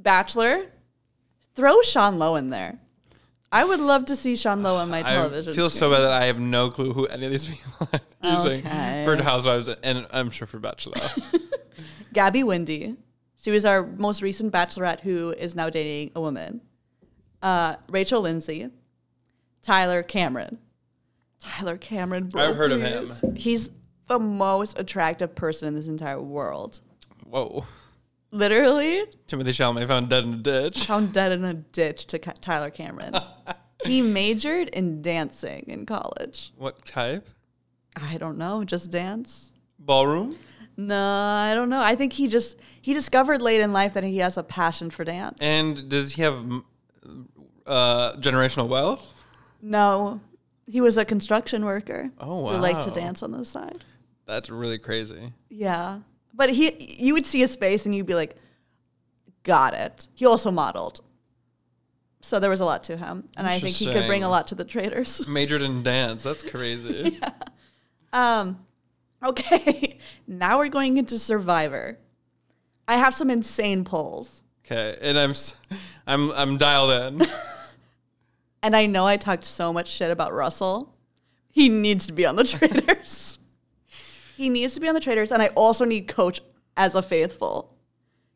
S3: Bachelor, throw Sean Lowe in there. I would love to see Sean Lowe on my television.
S1: I feel so bad that I have no clue who any of these people are using
S3: Okay.
S1: for Housewives and I'm sure for Bachelor.
S3: Gabby Windy. She was our most recent bachelorette who is now dating a woman. Uh, Rachel Lindsay, Tyler Cameron. Tyler Cameron. Bro,
S1: I've heard of him.
S3: please. He's the most attractive person in this entire world.
S1: Whoa.
S3: Literally
S1: Timothy Chalamet found dead in a ditch.
S3: found dead in a ditch to Ca- Tyler Cameron. he majored in dancing in college.
S1: What type?
S3: I don't know, just dance.
S1: Ballroom?
S3: No, I don't know. I think he just he discovered late in life that he has a passion for dance.
S1: And does he have mm, uh, generational wealth?
S3: No, he was a construction worker.
S1: Oh,
S3: Who liked to
S1: wow.
S3: dance on the side.
S1: That's really crazy.
S3: Yeah, but he, you would see his face and you'd be like, "Got it." He also modeled, so there was a lot to him, and I think he could bring
S1: Interesting.
S3: a lot to the traders.
S1: Majored in dance. That's crazy.
S3: Um, okay, now we're going into Survivor. I have some insane polls.
S1: Okay, and I'm s- I'm I'm dialed in.
S3: And I know I talked so much shit about Russell. He needs to be on the Traders. he needs to be on the Traders. And I also need Coach as a faithful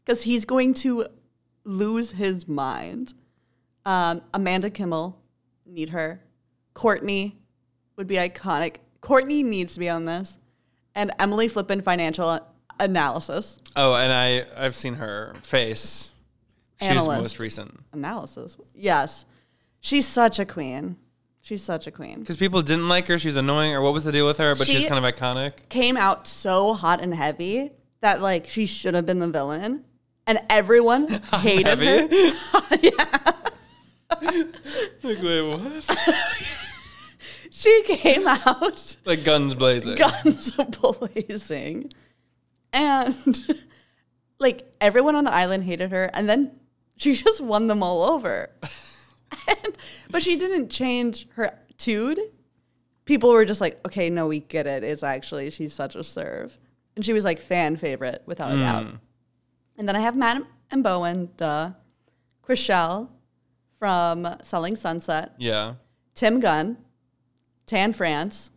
S3: because he's going to lose his mind. Um, Amanda Kimmel, need her. Courtney would be iconic. Courtney needs to be on this. And Emily Flippin, financial analysis.
S1: Oh, and I I've seen her face. She's
S3: Analyst.
S1: most recent
S3: Analysis. Yes. She's such a queen. She's such a queen.
S1: because people didn't like her. She's annoying, or what was the deal with her? But she's
S3: She-
S1: kind of iconic.
S3: came out so hot and heavy that like she should have been the villain, and everyone hated her.
S1: Heavy. like wait, what?
S3: She came out
S1: Like guns blazing.
S3: guns blazing, and like everyone on the island hated her, and then she just won them all over. and, but she didn't change her tude. People were just like, okay, no, we get it. It's actually she's such a serve, and she was like fan favorite without a doubt. And then I have Matt and Bowen, duh. Chriselle from Selling Sunset,
S1: Yeah.
S3: Tim Gunn, Tan France,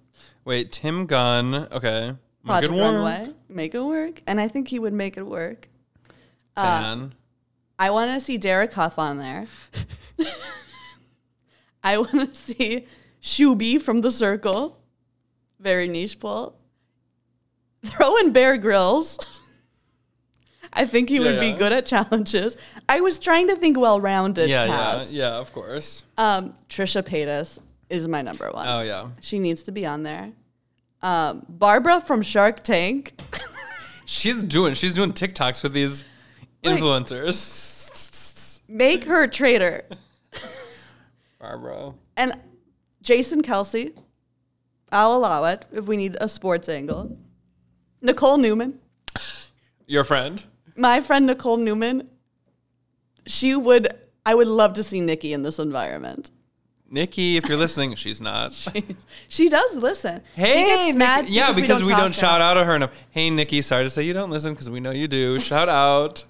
S1: Wait, Tim Gunn. Okay. Make it
S3: Project
S1: work.
S3: Runway, Make It Work. And I think he would make it work. Uh,
S1: Tan.
S3: I want to see Derek Huff on there. I want to see Shuby from The Circle. Very niche poll. Throw in Bear Grylls. I think he would be
S1: yeah.
S3: good at challenges. I was trying to think well-rounded.
S1: yeah, uh, yeah,
S3: paths.
S1: yeah. Of course.
S3: Um, Trisha Paytas is my number one.
S1: Oh yeah.
S3: She needs to be on there. Um, Barbara from Shark Tank.
S1: She's doing. She's doing TikToks with these influencers.
S3: Make her a traitor.
S1: Barbara.
S3: And Jason Kelsey. I'll allow it if we need a sports angle. Nicole Newman.
S1: Your friend.
S3: My friend Nicole Newman. She would, I would love to see Nikki in this environment.
S1: Nikki, if you're listening, she's not.
S3: she does listen. She gets
S1: Hey,
S3: mad
S1: Nikki. yeah, because we don't,
S3: talk to her.
S1: shout out at her enough. Hey, Nikki, sorry to say you don't listen because we know you do. Shout out.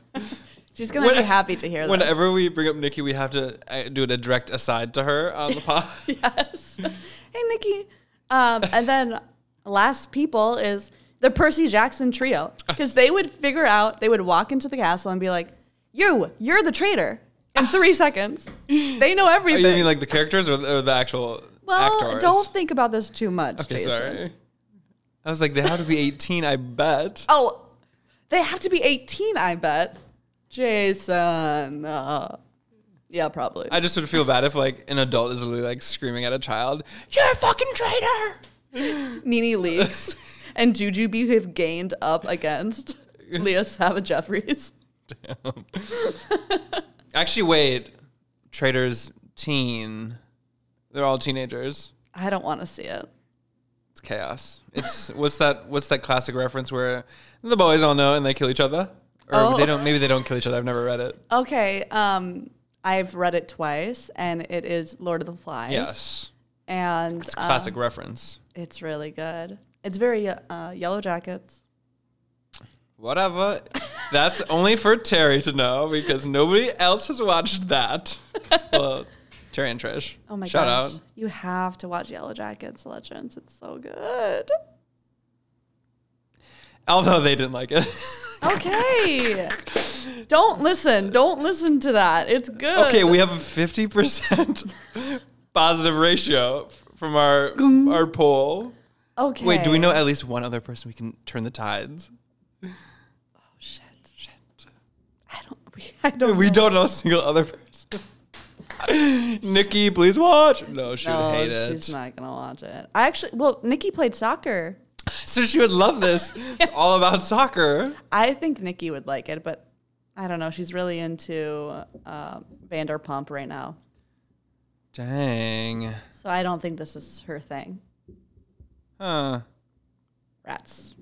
S3: She's going to be happy to hear that.
S1: Whenever we bring up Nikki, we have to uh, do a direct aside to her on the pod.
S3: yes. hey, Nikki. Um, and then last people is the Percy Jackson trio because they would figure out, they would walk into the castle and be like, "You, you're the traitor." In three seconds, they know
S1: Are
S3: everything.
S1: Oh, you mean like the characters or, or the actual
S3: well,
S1: actors?
S3: don't think about this too much,
S1: Okay,
S3: Jason.
S1: sorry. I was like, they have to be 18, I bet.
S3: Oh, they have to be 18, I bet. Jason. uh, yeah, probably.
S1: I just would feel bad if like an adult is literally like screaming at a child, "You're a fucking traitor!"
S3: Nene Leakes and Juju B have gained up against Leah Savage Jeffries.
S1: Actually, wait, traitors, teen, they're all teenagers.
S3: I don't want to see it.
S1: It's chaos. It's what's that? What's that classic reference where the boys all know and they kill each other, or
S3: Oh.
S1: they don't? Maybe they don't kill each other. I've never read it.
S3: Okay, um, I've read it twice, and it is Lord of the Flies.
S1: Yes,
S3: and
S1: it's a
S3: uh,
S1: classic reference.
S3: it's really good. It's very uh, Yellow Jackets.
S1: Whatever. That's only for Terry to know because nobody else has watched that. Well, Terry and Trish.
S3: Oh my
S1: Shout
S3: gosh!
S1: out.
S3: You have to watch Yellow Jackets Legends. It's so good.
S1: Although they didn't like it.
S3: Okay, don't listen. Don't listen to that. It's good.
S1: Okay, we have a fifty percent positive ratio f- from our our poll.
S3: okay.
S1: Wait, do we know at least one other person we can turn the tides?
S3: Shit. Shit. I don't. We, I don't.
S1: We
S3: know.
S1: don't know a single other person. Nikki, please watch. No, she
S3: No,
S1: would hate it.
S3: she's not gonna watch it. I actually. Well, Nikki played soccer.
S1: So she would love this. It's all about soccer.
S3: I think Nikki would like it, but I don't know. She's really into uh, Vanderpump right now,
S1: Dang.
S3: so I don't think this is her thing.
S1: Huh.
S3: Rats.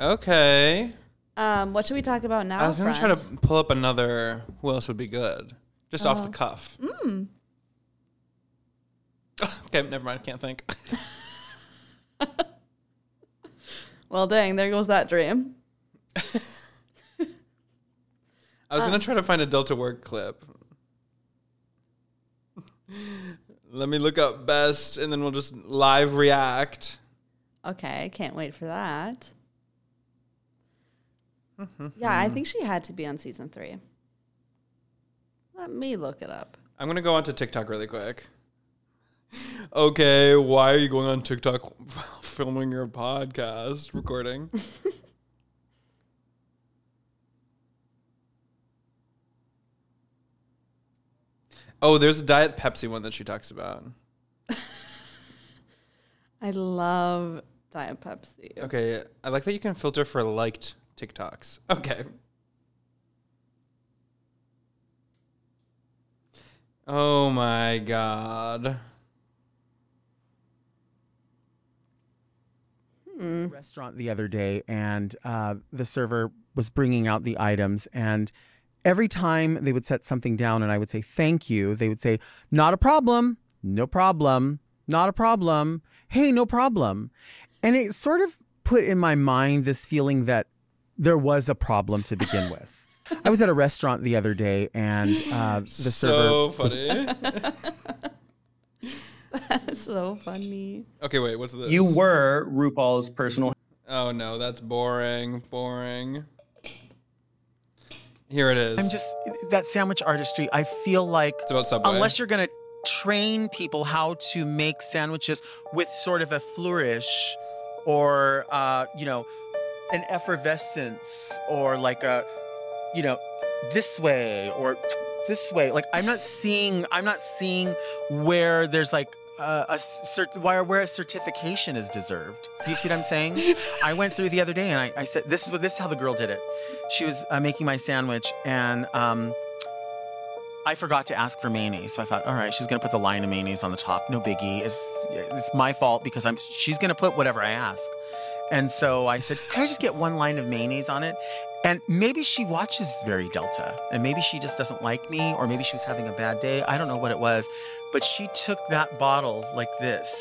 S1: Okay.
S3: Um, what should we talk about now?
S1: I was gonna try
S3: friend? Uh-huh.
S1: to pull up another. Who else would be good? Just off the cuff.
S3: Hmm.
S1: okay, never mind. Can't think.
S3: Well, dang, there goes that dream.
S1: was
S3: Uh.
S1: gonna try to find a Delta Work clip. Let me look up best, and then we'll just live react.
S3: Okay, can't wait for that.
S1: Mm-hmm.
S3: yeah, I think she had to be on season three. Let me look it up.
S1: I'm gonna go onto TikTok really quick. Okay, why are you going on TikTok while filming your podcast recording? oh, there's a Diet Pepsi one that she talks about.
S3: I love Diet Pepsi.
S1: Okay, I like that you can filter for liked TikToks. Okay. Oh my god.
S4: restaurant the other day, and uh, the server was bringing out the items. And every time they would set something down, and I would say thank you, they would say, "Not a problem, no problem, not a problem, hey, no problem," and it sort of put in my mind this feeling that there was a problem to begin with. I was at a restaurant the other day, and uh, the server
S1: so funny.
S3: so funny.
S1: okay, wait, what's this?
S5: You were RuPaul's personal
S1: Oh no, that's boring. Boring. Here it is.
S4: I'm just that sandwich artistry. I feel like
S1: It's about Subway.
S4: unless you're gonna train people how to make sandwiches with sort of a flourish, or uh, you know, an effervescence, or like a, you know, this way or this way. Like I'm not seeing. I'm not seeing where there's like. Uh, a cert- where, where a certification is deserved. Do you see what I'm saying? I went through the other day and I, I said, "This is what this is how the girl did it." She was uh, making my sandwich and um, I forgot to ask for mayonnaise, so I thought, all right, she's gonna put the line of mayonnaise on the top. No biggie. It's it's my fault because I'm she's gonna put whatever I ask. And so I said, can I just get one line of mayonnaise on it? And maybe she watches Very Delta, and maybe she just doesn't like me, or maybe she was having a bad day. I don't know what it was, but she took that bottle like this,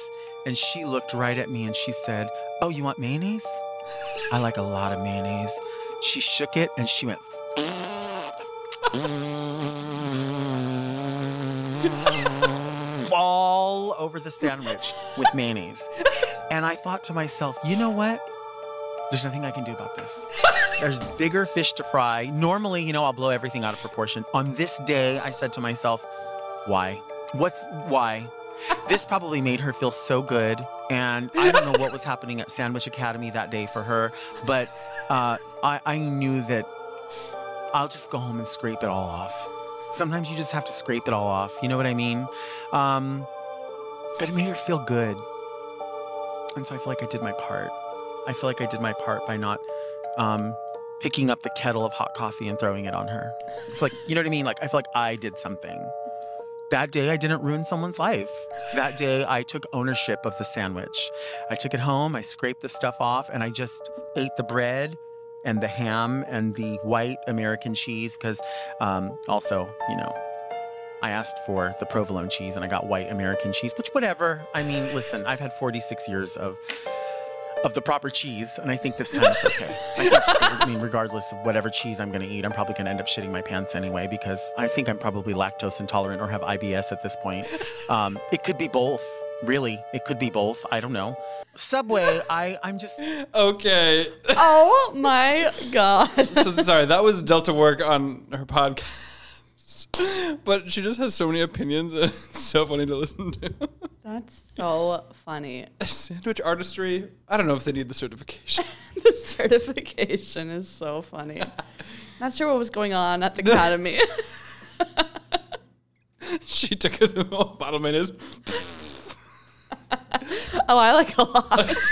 S4: and she looked right at me and she said, "Oh, you want mayonnaise? I like a lot of mayonnaise." She shook it and she went. all over the sandwich with mayonnaise. And I thought to myself, you know what? There's nothing I can do about this. There's bigger fish to fry. Normally, you know, I'll blow everything out of proportion. On this day, I said to myself, why? What's why? This probably made her feel so good. And I don't know what was happening at Sandwich Academy that day for her, but uh, I, I knew that I'll just go home and scrape it all off. Sometimes you just have to scrape it all off. You know what I mean? Um, but it made her feel good. And so I feel like I did my part. I feel like I did my part by not um, picking up the kettle of hot coffee and throwing it on her. It's like, you know what I mean? Like, I feel like I did something. That day, I didn't ruin someone's life. That day, I took ownership of the sandwich. I took it home, I scraped the stuff off, and I just ate the bread and the ham and the white American cheese because um, also, you know, I asked for the provolone cheese and I got white American cheese, which whatever. I mean, listen, I've had 46 years of of the proper cheese, and I think this time it's okay. I, think, I mean, regardless of whatever cheese I'm gonna eat, I'm probably gonna end up shitting my pants anyway because I think I'm probably lactose intolerant or have IBS at this point. Um, it could be both, really. It could be both. I don't know. Subway, I I'm just
S1: okay.
S3: Oh my god.
S1: so sorry, that was Delta Work on her podcast. But she just has so many opinions. and It's so funny to listen to.
S3: That's so funny.
S1: Sandwich artistry. I don't know if they need the certification.
S3: The certification is so funny. Not sure what was going on at the academy.
S1: she took the whole bottle of mayonnaise.
S3: oh, I like a lot.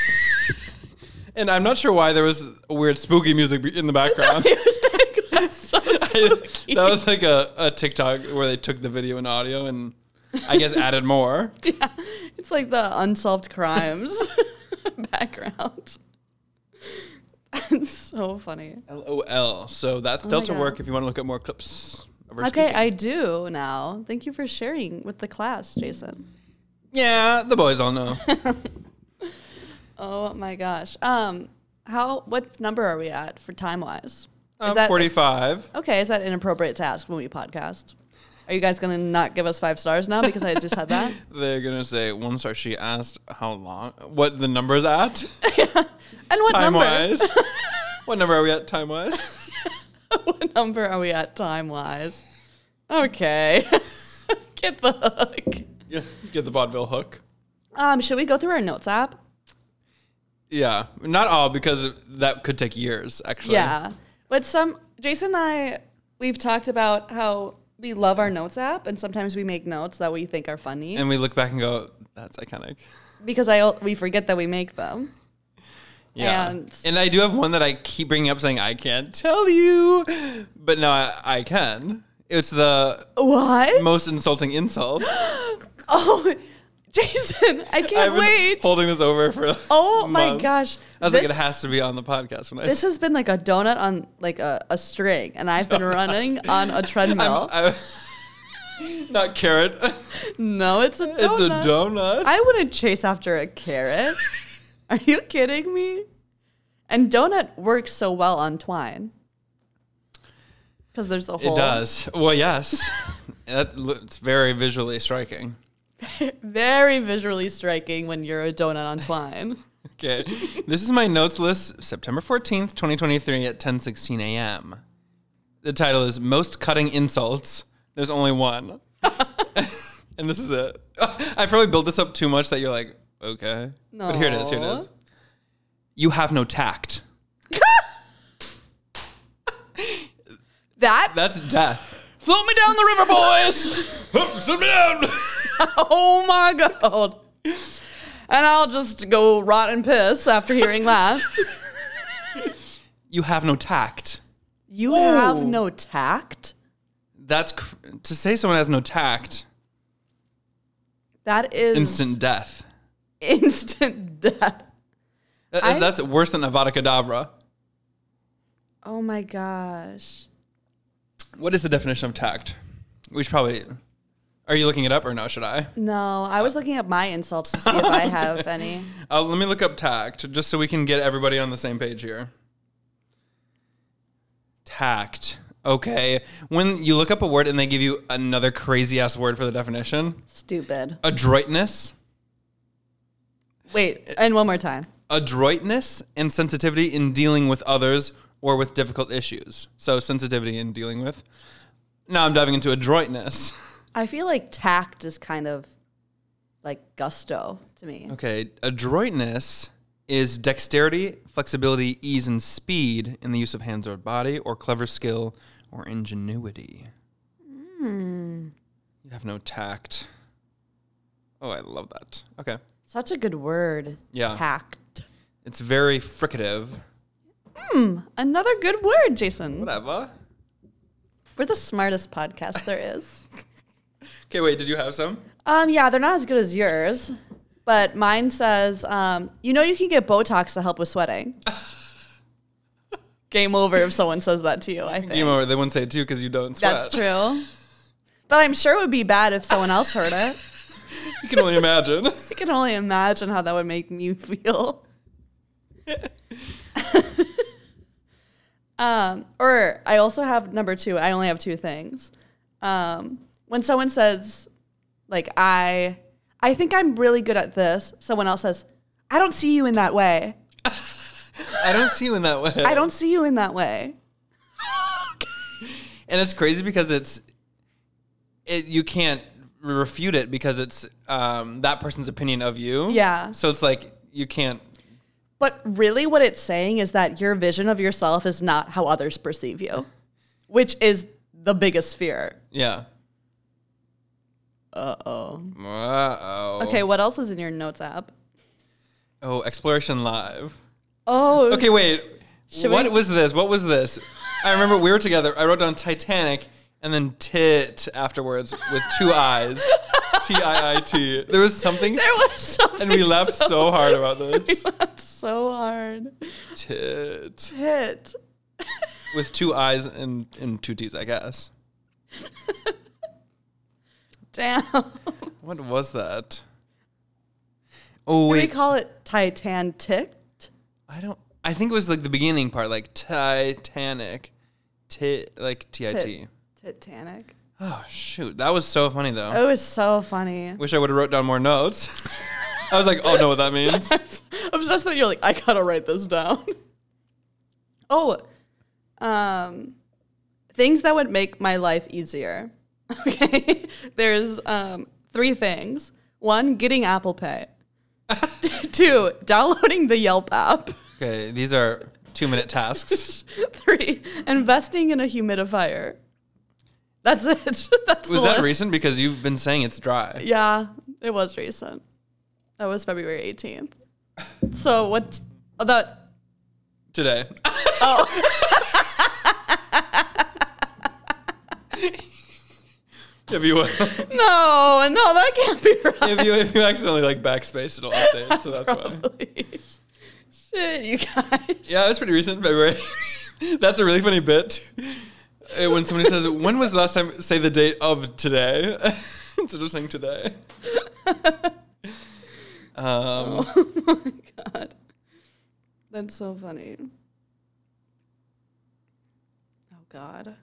S1: And I'm not sure why there was weird spooky music in the background.
S3: That's so
S1: that
S3: spooky.
S1: was like a, a TikTok where they took the video and audio and I guess added more.
S3: It's like the unsolved crimes background. That's so funny.
S1: LOL. So that's
S3: Oh my
S1: Delta
S3: God.
S1: Work if you want to look at more clips of her
S3: Okay,
S1: speaking.
S3: I do now. Thank you for sharing with the class, Jason.
S1: yeah, the boys all know.
S3: Oh my gosh. Um, how what number are we at for time wise?
S1: I'm
S3: that-
S1: 45.
S3: Okay, is that inappropriate to ask when we podcast? Are you guys gonna not give us five stars now because I just had that?
S1: They're gonna say one star. She asked how long, what the number's at,
S3: And what
S1: time
S3: number?
S1: wise. what number are we at, time wise?
S3: What number are we at time wise? Okay, get the hook.
S1: Yeah, get the vaudeville hook.
S3: Um, should we go through our notes app?
S1: Yeah, not all because that could take years. Actually,
S3: Yeah. But some Jason and I we've talked about how we love our notes app and sometimes we make notes that we think are funny
S1: And we look back and go, that's iconic.
S3: because I we forget that we make them.
S1: Yeah.
S3: And-
S1: and I do have one that I keep bringing up, saying I can't tell you, but no, I, I can. It's the
S3: What?
S1: most insulting insult.
S3: Oh, Jason, I can't
S1: I've been
S3: wait.
S1: holding this over for.
S3: Oh my
S1: months.
S3: gosh.
S1: I was like, it
S3: This-
S1: has to be on the podcast when I.
S3: This has been like a donut on like a, a string and I've been running on a treadmill.
S1: I'm- I- not carrot.
S3: no, it's a donut.
S1: It's a donut.
S3: I wouldn't chase after a carrot. Are you kidding me? And donut works so well on twine because there's a hole.
S1: it does. Well, yes. that, lo- it's very visually striking.
S3: Very visually striking when you're a donut on twine.
S1: Okay. this is my notes list, September 14th, 2023 at 10:16 a.m. The title is Most Cutting Insults. There's only one. and this is it. I probably built this up too much that you're like, okay. But here it is, here it
S3: No.
S1: is. You have no tact.
S3: that
S1: That's death.
S3: float me down the river, boys.
S1: Sit me down.
S3: oh my god. And I'll just go rot and piss after hearing that.
S1: you have no tact.
S3: You have no tact.
S1: That's cr- to say someone has no tact.
S3: That is
S1: Instant death.
S3: instant death.
S1: That-
S3: I-
S1: uh, that's worse than Avada Kedavra.
S3: Oh my gosh.
S1: What is the definition of tact? We should probably. Are you looking it up or no? Should I?
S3: No, I was looking at my insults to see if I have any.
S1: Uh, let me look up tact just so we can get everybody on the same page here. Tact. Okay. When you look up a word and they give you another crazy ass word for the definition
S3: Stupid.
S1: adroitness,
S3: Wait, and one more time.
S1: adroitness and sensitivity in dealing with others or with difficult issues. So, sensitivity in dealing with. Now I'm diving into adroitness.
S3: I feel like tact is kind of like gusto to me.
S1: Okay, adroitness is dexterity, flexibility, ease, and speed in the use of hands or body, or clever skill or ingenuity. Hmm. You have no tact. Oh, I love that. Okay,
S3: Such a good word.
S1: Yeah.
S3: Tact.
S1: it's very fricative.
S3: Another good word, Jason.
S1: Whatever.
S3: We're the smartest podcast there is.
S1: Okay, wait. Did you have some?
S3: Um, yeah, they're not as good as yours, but mine says, um, you know, you can get Botox to help with sweating. Game over if someone says that to you. I think
S1: You know, they wouldn't say it too because you don't sweat.
S3: that's true. But I'm sure it would be bad if someone else heard it.
S1: You can only imagine.
S3: I can only imagine how that would make me feel. um, or I also have number two. I only have two things. Um, when someone says, like, I, I think I'm really good at this. Someone else says, I don't see you in that way.
S1: I don't see you in that way.
S3: I don't see you in that way.
S1: and it's crazy because it's it, you can't refute it because it's um, that person's opinion of you.
S3: Yeah.
S1: So it's like you can't.
S3: But really, what it's saying is that your vision of yourself is not how others perceive you, which is the biggest fear.
S1: Yeah.
S3: Uh oh.
S1: Uh oh.
S3: Okay, what else is in your notes app?
S1: Oh, exploration live.
S3: Oh,
S1: Okay, wait.
S3: Should
S1: what
S3: we-
S1: was this? What was this? I remember we were together. I wrote down Titanic and then tit afterwards with two eyes. T I I T. There was something,
S3: There was something.
S1: and we laughed
S3: so,
S1: so hard about this.
S3: so hard.
S1: tit
S3: Hit.
S1: with two eyes and and two T's, I guess.
S3: Damn.
S1: What was that? Oh
S3: We
S1: wait,
S3: call it Titan ticked.
S1: I don't. I think it was like the beginning part, like Titanic, T like T I T.
S3: Titanic.
S1: Oh shoot, that was so funny though.
S3: It was so funny.
S1: Wish I would have wrote down more notes. I was like, oh, know what that means.
S3: obsessed that you're like, I gotta write this down. oh, um, things that would make my life easier. Okay, there's um, three things. One, getting Apple Pay. Two, downloading the Yelp app.
S1: Okay, these are two minute tasks.
S3: Three, investing in a humidifier. That's it. That's
S1: Was
S3: the
S1: that
S3: list.
S1: recent? Because you've been saying it's dry.
S3: Yeah, it was recent. That was February 18th. So what? Oh, that
S1: Today.
S3: Oh.
S1: if you if
S3: No, no, that can't be right.
S1: you if you accidentally like backspace, it'll update. So that's why.
S3: Probably. Shit, you guys.
S1: Yeah, it was pretty recent, February. that's a really funny bit. Uh, When somebody says, "When was the last time?" Say the date of today instead of saying today. Um,
S3: Oh my god, that's so funny. Oh god,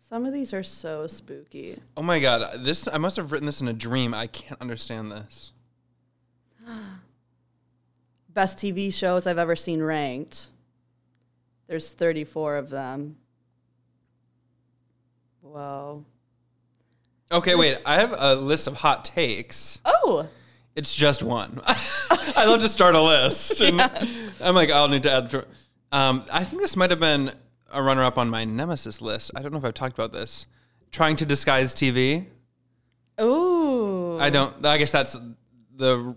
S3: some of these are so spooky.
S1: oh my god, this I must have written this in a dream. I can't understand this.
S3: Best TV shows I've ever seen ranked. There's 34 of them. Whoa.
S1: Okay, wait. I have a list of hot takes.
S3: Oh,
S1: It's just one. I love to start a list. And I'm like, I'll need to add. For, um, I think this might have been a runner up on my nemesis list. I don't know if I've talked about this. Trying to disguise TV.
S3: ooh.
S1: I don't. I guess that's the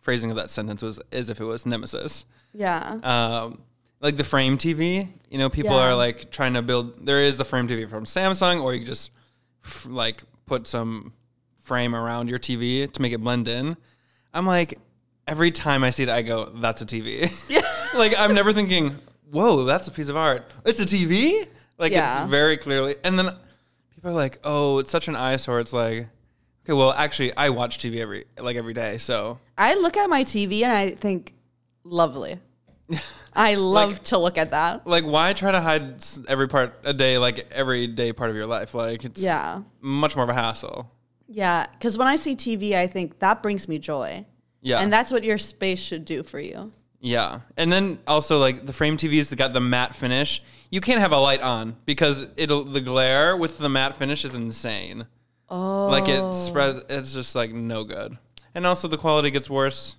S1: phrasing of that sentence was as if it was nemesis.
S3: yeah.
S1: Um, like the frame TV. You know, people
S3: Yeah.
S1: are like trying to build. There is the frame TV from Samsung, or you can just f- like put some frame around your TV to make it blend in. I'm like, every time I see it, I go, "That's a TV." like I'm never thinking, "Whoa, that's a piece of art." It's a TV. Like
S3: Yeah.
S1: it's very clearly, and then people are like, "Oh, it's such an eyesore." It's like, okay, well, actually, I watch TV every like every day, so
S3: I look at my TV and I think, lovely. I love to look at that.
S1: like why try to hide s- every part a day like every day part of your life like it's
S3: Yeah.
S1: much more of a hassle
S3: Yeah. Because when I see TV, I think that brings me joy.
S1: yeah
S3: And that's what your space should do for you.
S1: yeah and then also like the frame tvs that got the matte finish you can't have a light on because it'll the glare with the matte finish is insane oh like it spreads it's just like no good and also the quality gets worse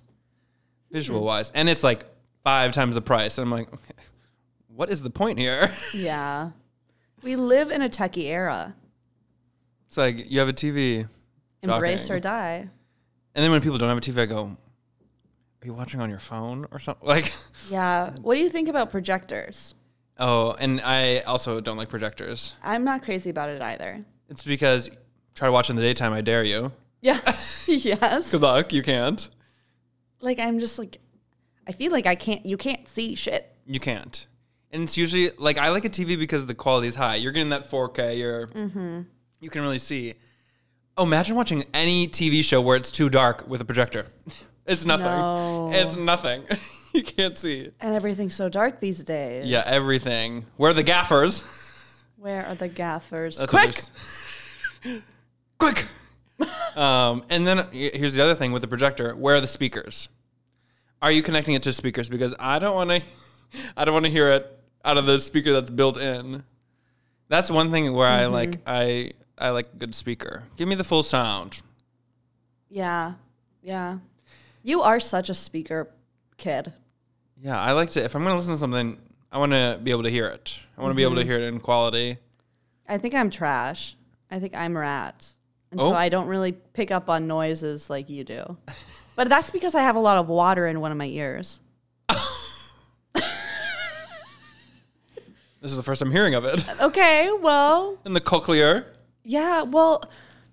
S1: visual wise and it's like five times the price and i'm like okay, what is the point here
S3: Yeah. We live in a techie era.
S1: it's like you have a tv
S3: Embrace
S1: Shocking.
S3: or die.
S1: And then when people don't have a TV, I go, "Are you watching on your phone or something?" Like,
S3: Yeah. What do you think about projectors?
S1: oh, and I also don't like projectors.
S3: I'm not crazy about it either.
S1: It's because try to watch in the daytime. I dare you.
S3: Yeah. yes.
S1: Good luck. You can't.
S3: Like, I'm just like, I feel like I can't, you can't see shit.
S1: You can't. And it's usually like I like a TV because the quality is high. You're getting that 4K. You're you can really see. Oh, imagine watching any TV show where it's too dark with a projector. It's nothing.
S3: No.
S1: It's nothing. you can't see.
S3: And everything's so dark these days.
S1: Yeah, everything. Where are the gaffers?
S3: Where are the gaffers?
S1: That's what
S3: Quick.
S1: there's- quick. um, and then uh, he- here's the other thing with the projector: where are the speakers? Are you connecting it to speakers? Because I don't want to, I don't want to hear it out of the speaker that's built in. That's one thing where I like
S3: Mm-hmm.
S1: I I like a good speaker. Give me the full sound.
S3: Yeah. Yeah. You are such a speaker kid.
S1: Yeah, I like to. If I'm going to listen to something, I want to be able to hear it. I want to be able to
S3: Mm-hmm.
S1: hear it in quality.
S3: I think I'm trash. I think I'm rat. And
S1: Oh.
S3: so I don't really pick up on noises like you do. but that's because I have a lot of water in one of my ears.
S1: This is the first I'm hearing of it.
S3: Okay, well,
S1: in the cochlear.
S3: yeah, well,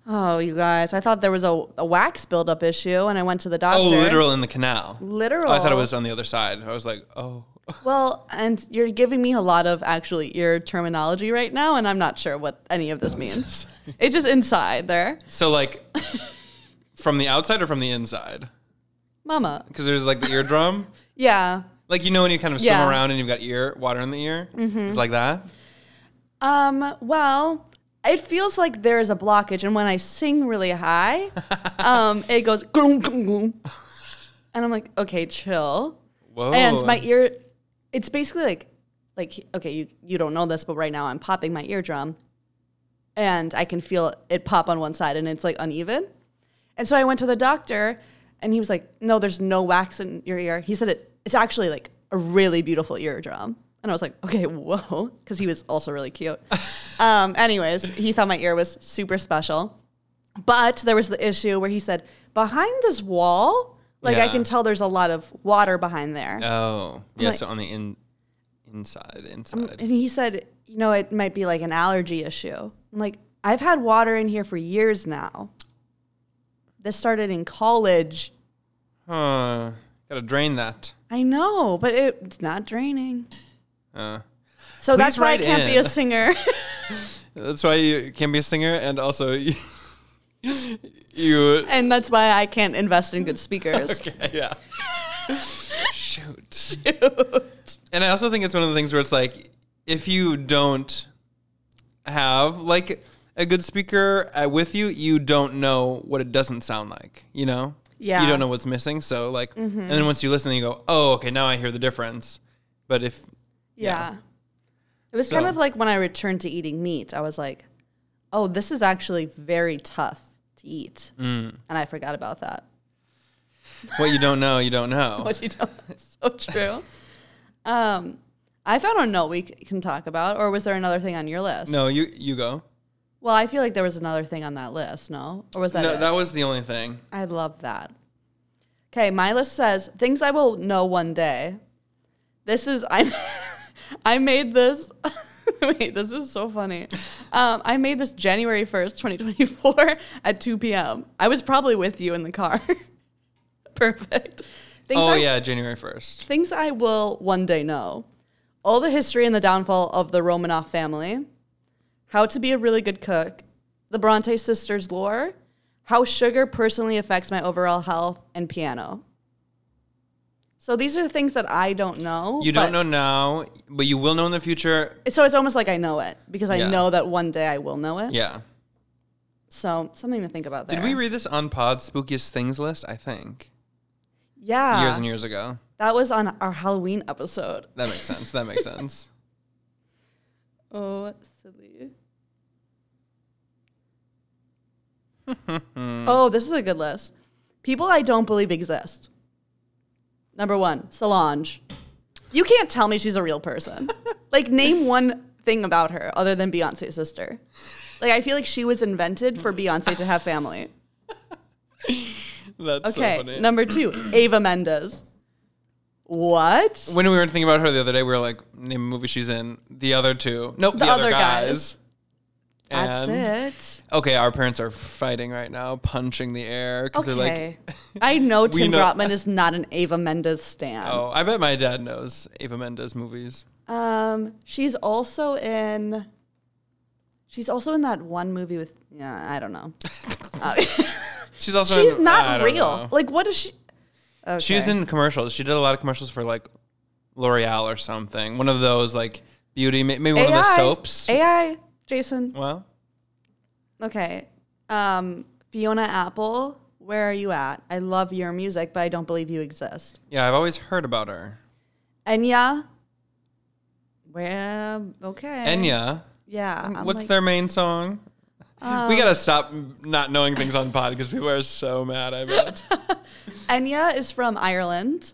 S3: oh, you guys, I thought there was a, a wax buildup issue and I went to the doctor.
S1: Oh, literal in the canal.
S3: Literal.
S1: Oh, I thought it was on the other side. I was like, oh.
S3: Well, and you're giving me a lot of actually ear terminology right now, and I'm not sure what any of this means. it's just inside there.
S1: So like from the outside or from the inside?
S3: Mama.
S1: Because there's like the eardrum.
S3: Yeah.
S1: Like you know when you kind of swim
S3: Yeah. Mm-hmm.
S1: around and you've got ear water in the ear. It's like that.
S3: Um, well, it feels like there is a blockage, and when I sing really high, um, it goes gloom, gloom, gloom. and I'm like, okay, chill.
S1: Whoa.
S3: And
S1: Oh.
S3: my ear, it's basically like, like okay, you you don't know this, but right now I'm popping my eardrum, and I can feel it pop on one side, and it's like uneven. And so I went to the doctor, and he was like, "No, there's no wax in your ear." He said it, it's actually like a really beautiful eardrum. And I was like, "Okay, whoa," because he was also really cute. um, anyways, he thought my ear was super special, but there was the issue where he said, "Behind this wall, like I
S1: Yeah.
S3: can tell there's a lot of water behind there."
S1: Oh, yeah.
S3: like- Um,
S1: so on the in, inside, inside.
S3: And he said, you know, it might be like an allergy issue. I'm like, I've had water in here for years now. This started in college.
S1: huh. Gotta drain that.
S3: I know, but it, it's not draining.
S1: Uh,
S3: So
S1: Please
S3: that's why I
S1: write
S3: can't be
S1: in.
S3: a singer.
S1: that's why you can be a singer, and also you. you
S3: and that's why I can't invest in good speakers.
S1: yeah. Shoot. Shoot. And I also think it's one of the things where it's like, if you don't have like a good speaker uh, with you, you don't know what it doesn't sound like. You know.
S3: Yeah. Mm-hmm.
S1: You don't know what's missing. So like, and then once you listen, you go, oh, okay, now I hear the difference. But if
S3: Yeah. It was kind
S1: So-
S3: of like when I returned to eating meat, I was like, oh, this is actually very tough to eat.
S1: Mm.
S3: And I forgot about that.
S1: what you don't know, you don't know.
S3: what you don't. It's so true. Um, I found a note we c- can talk about, or was there another thing on your list?
S1: No, you you go.
S3: Well, I feel like there was another thing on that list. No, or was that?
S1: no,
S3: it?
S1: that was the only thing.
S3: I love that. Okay, my list says things I will know one day. This is I. I made this. Wait, this is so funny. Um, I made this January first, twenty twenty four, at two p.m. I was probably with you in the car. Perfect. Things
S1: Oh
S3: I-
S1: yeah, January first.
S3: Things I will one day know. All the history and the downfall of the Romanov family. How to be a really good cook. The Bronte sisters' lore. How sugar personally affects my overall health and piano. So these are the things that I don't know.
S1: You don't
S3: but-
S1: know now, but you will know in the future.
S3: So it's almost like I know it because I
S1: Yeah.
S3: know that one day I will know it.
S1: Yeah.
S3: So something to think about there.
S1: Did we read this on Pod's spookiest things list? I think
S3: Yeah.
S1: years and years ago.
S3: That was on our Halloween episode.
S1: That makes sense. That makes sense.
S3: Oh, silly. oh, this is a good list. People I don't believe exist. Number one, Solange. You can't tell me she's a real person. like, name one thing about her other than Beyonce's sister. Like, I feel like she was invented for Beyonce to have family.
S1: That's
S3: Okay,
S1: so funny.
S3: number two, Ava Mendes. What?
S1: when we were thinking about her the other day, we were like, name a movie she's in. The other two. Nope. The,
S3: The
S1: other,
S3: Other
S1: guys.
S3: Guys. That's it.
S1: Okay, our parents are fighting right now, punching the air because they're like,
S3: Okay. I know Tim
S1: know-
S3: Brotman is not an Ava Mendes stan.
S1: oh, I bet my dad knows Ava Mendes movies.
S3: Um, she's also in. She's also in that one movie with. Yeah, I don't know.
S1: She's also
S3: She's
S1: in- I
S3: not
S1: don't
S3: real.
S1: know.
S3: Like, what is she? Okay.
S1: She's in commercials. She did a lot of commercials for like L'Oreal or something. One of those like beauty, ma- maybe one of the
S3: AI.
S1: soaps.
S3: AI. Jason.
S1: Well,
S3: Okay. Um, Fiona Apple. Where are you at? I love your music, but I don't believe you exist.
S1: yeah, I've always heard about her.
S3: Enya. Where? Okay.
S1: Enya, Mm,
S3: Yeah. I'm
S1: what's
S3: like- Uh,
S1: their main song? we gotta stop m- not knowing things on pod because people are so mad. I bet.
S3: Enya is from Ireland.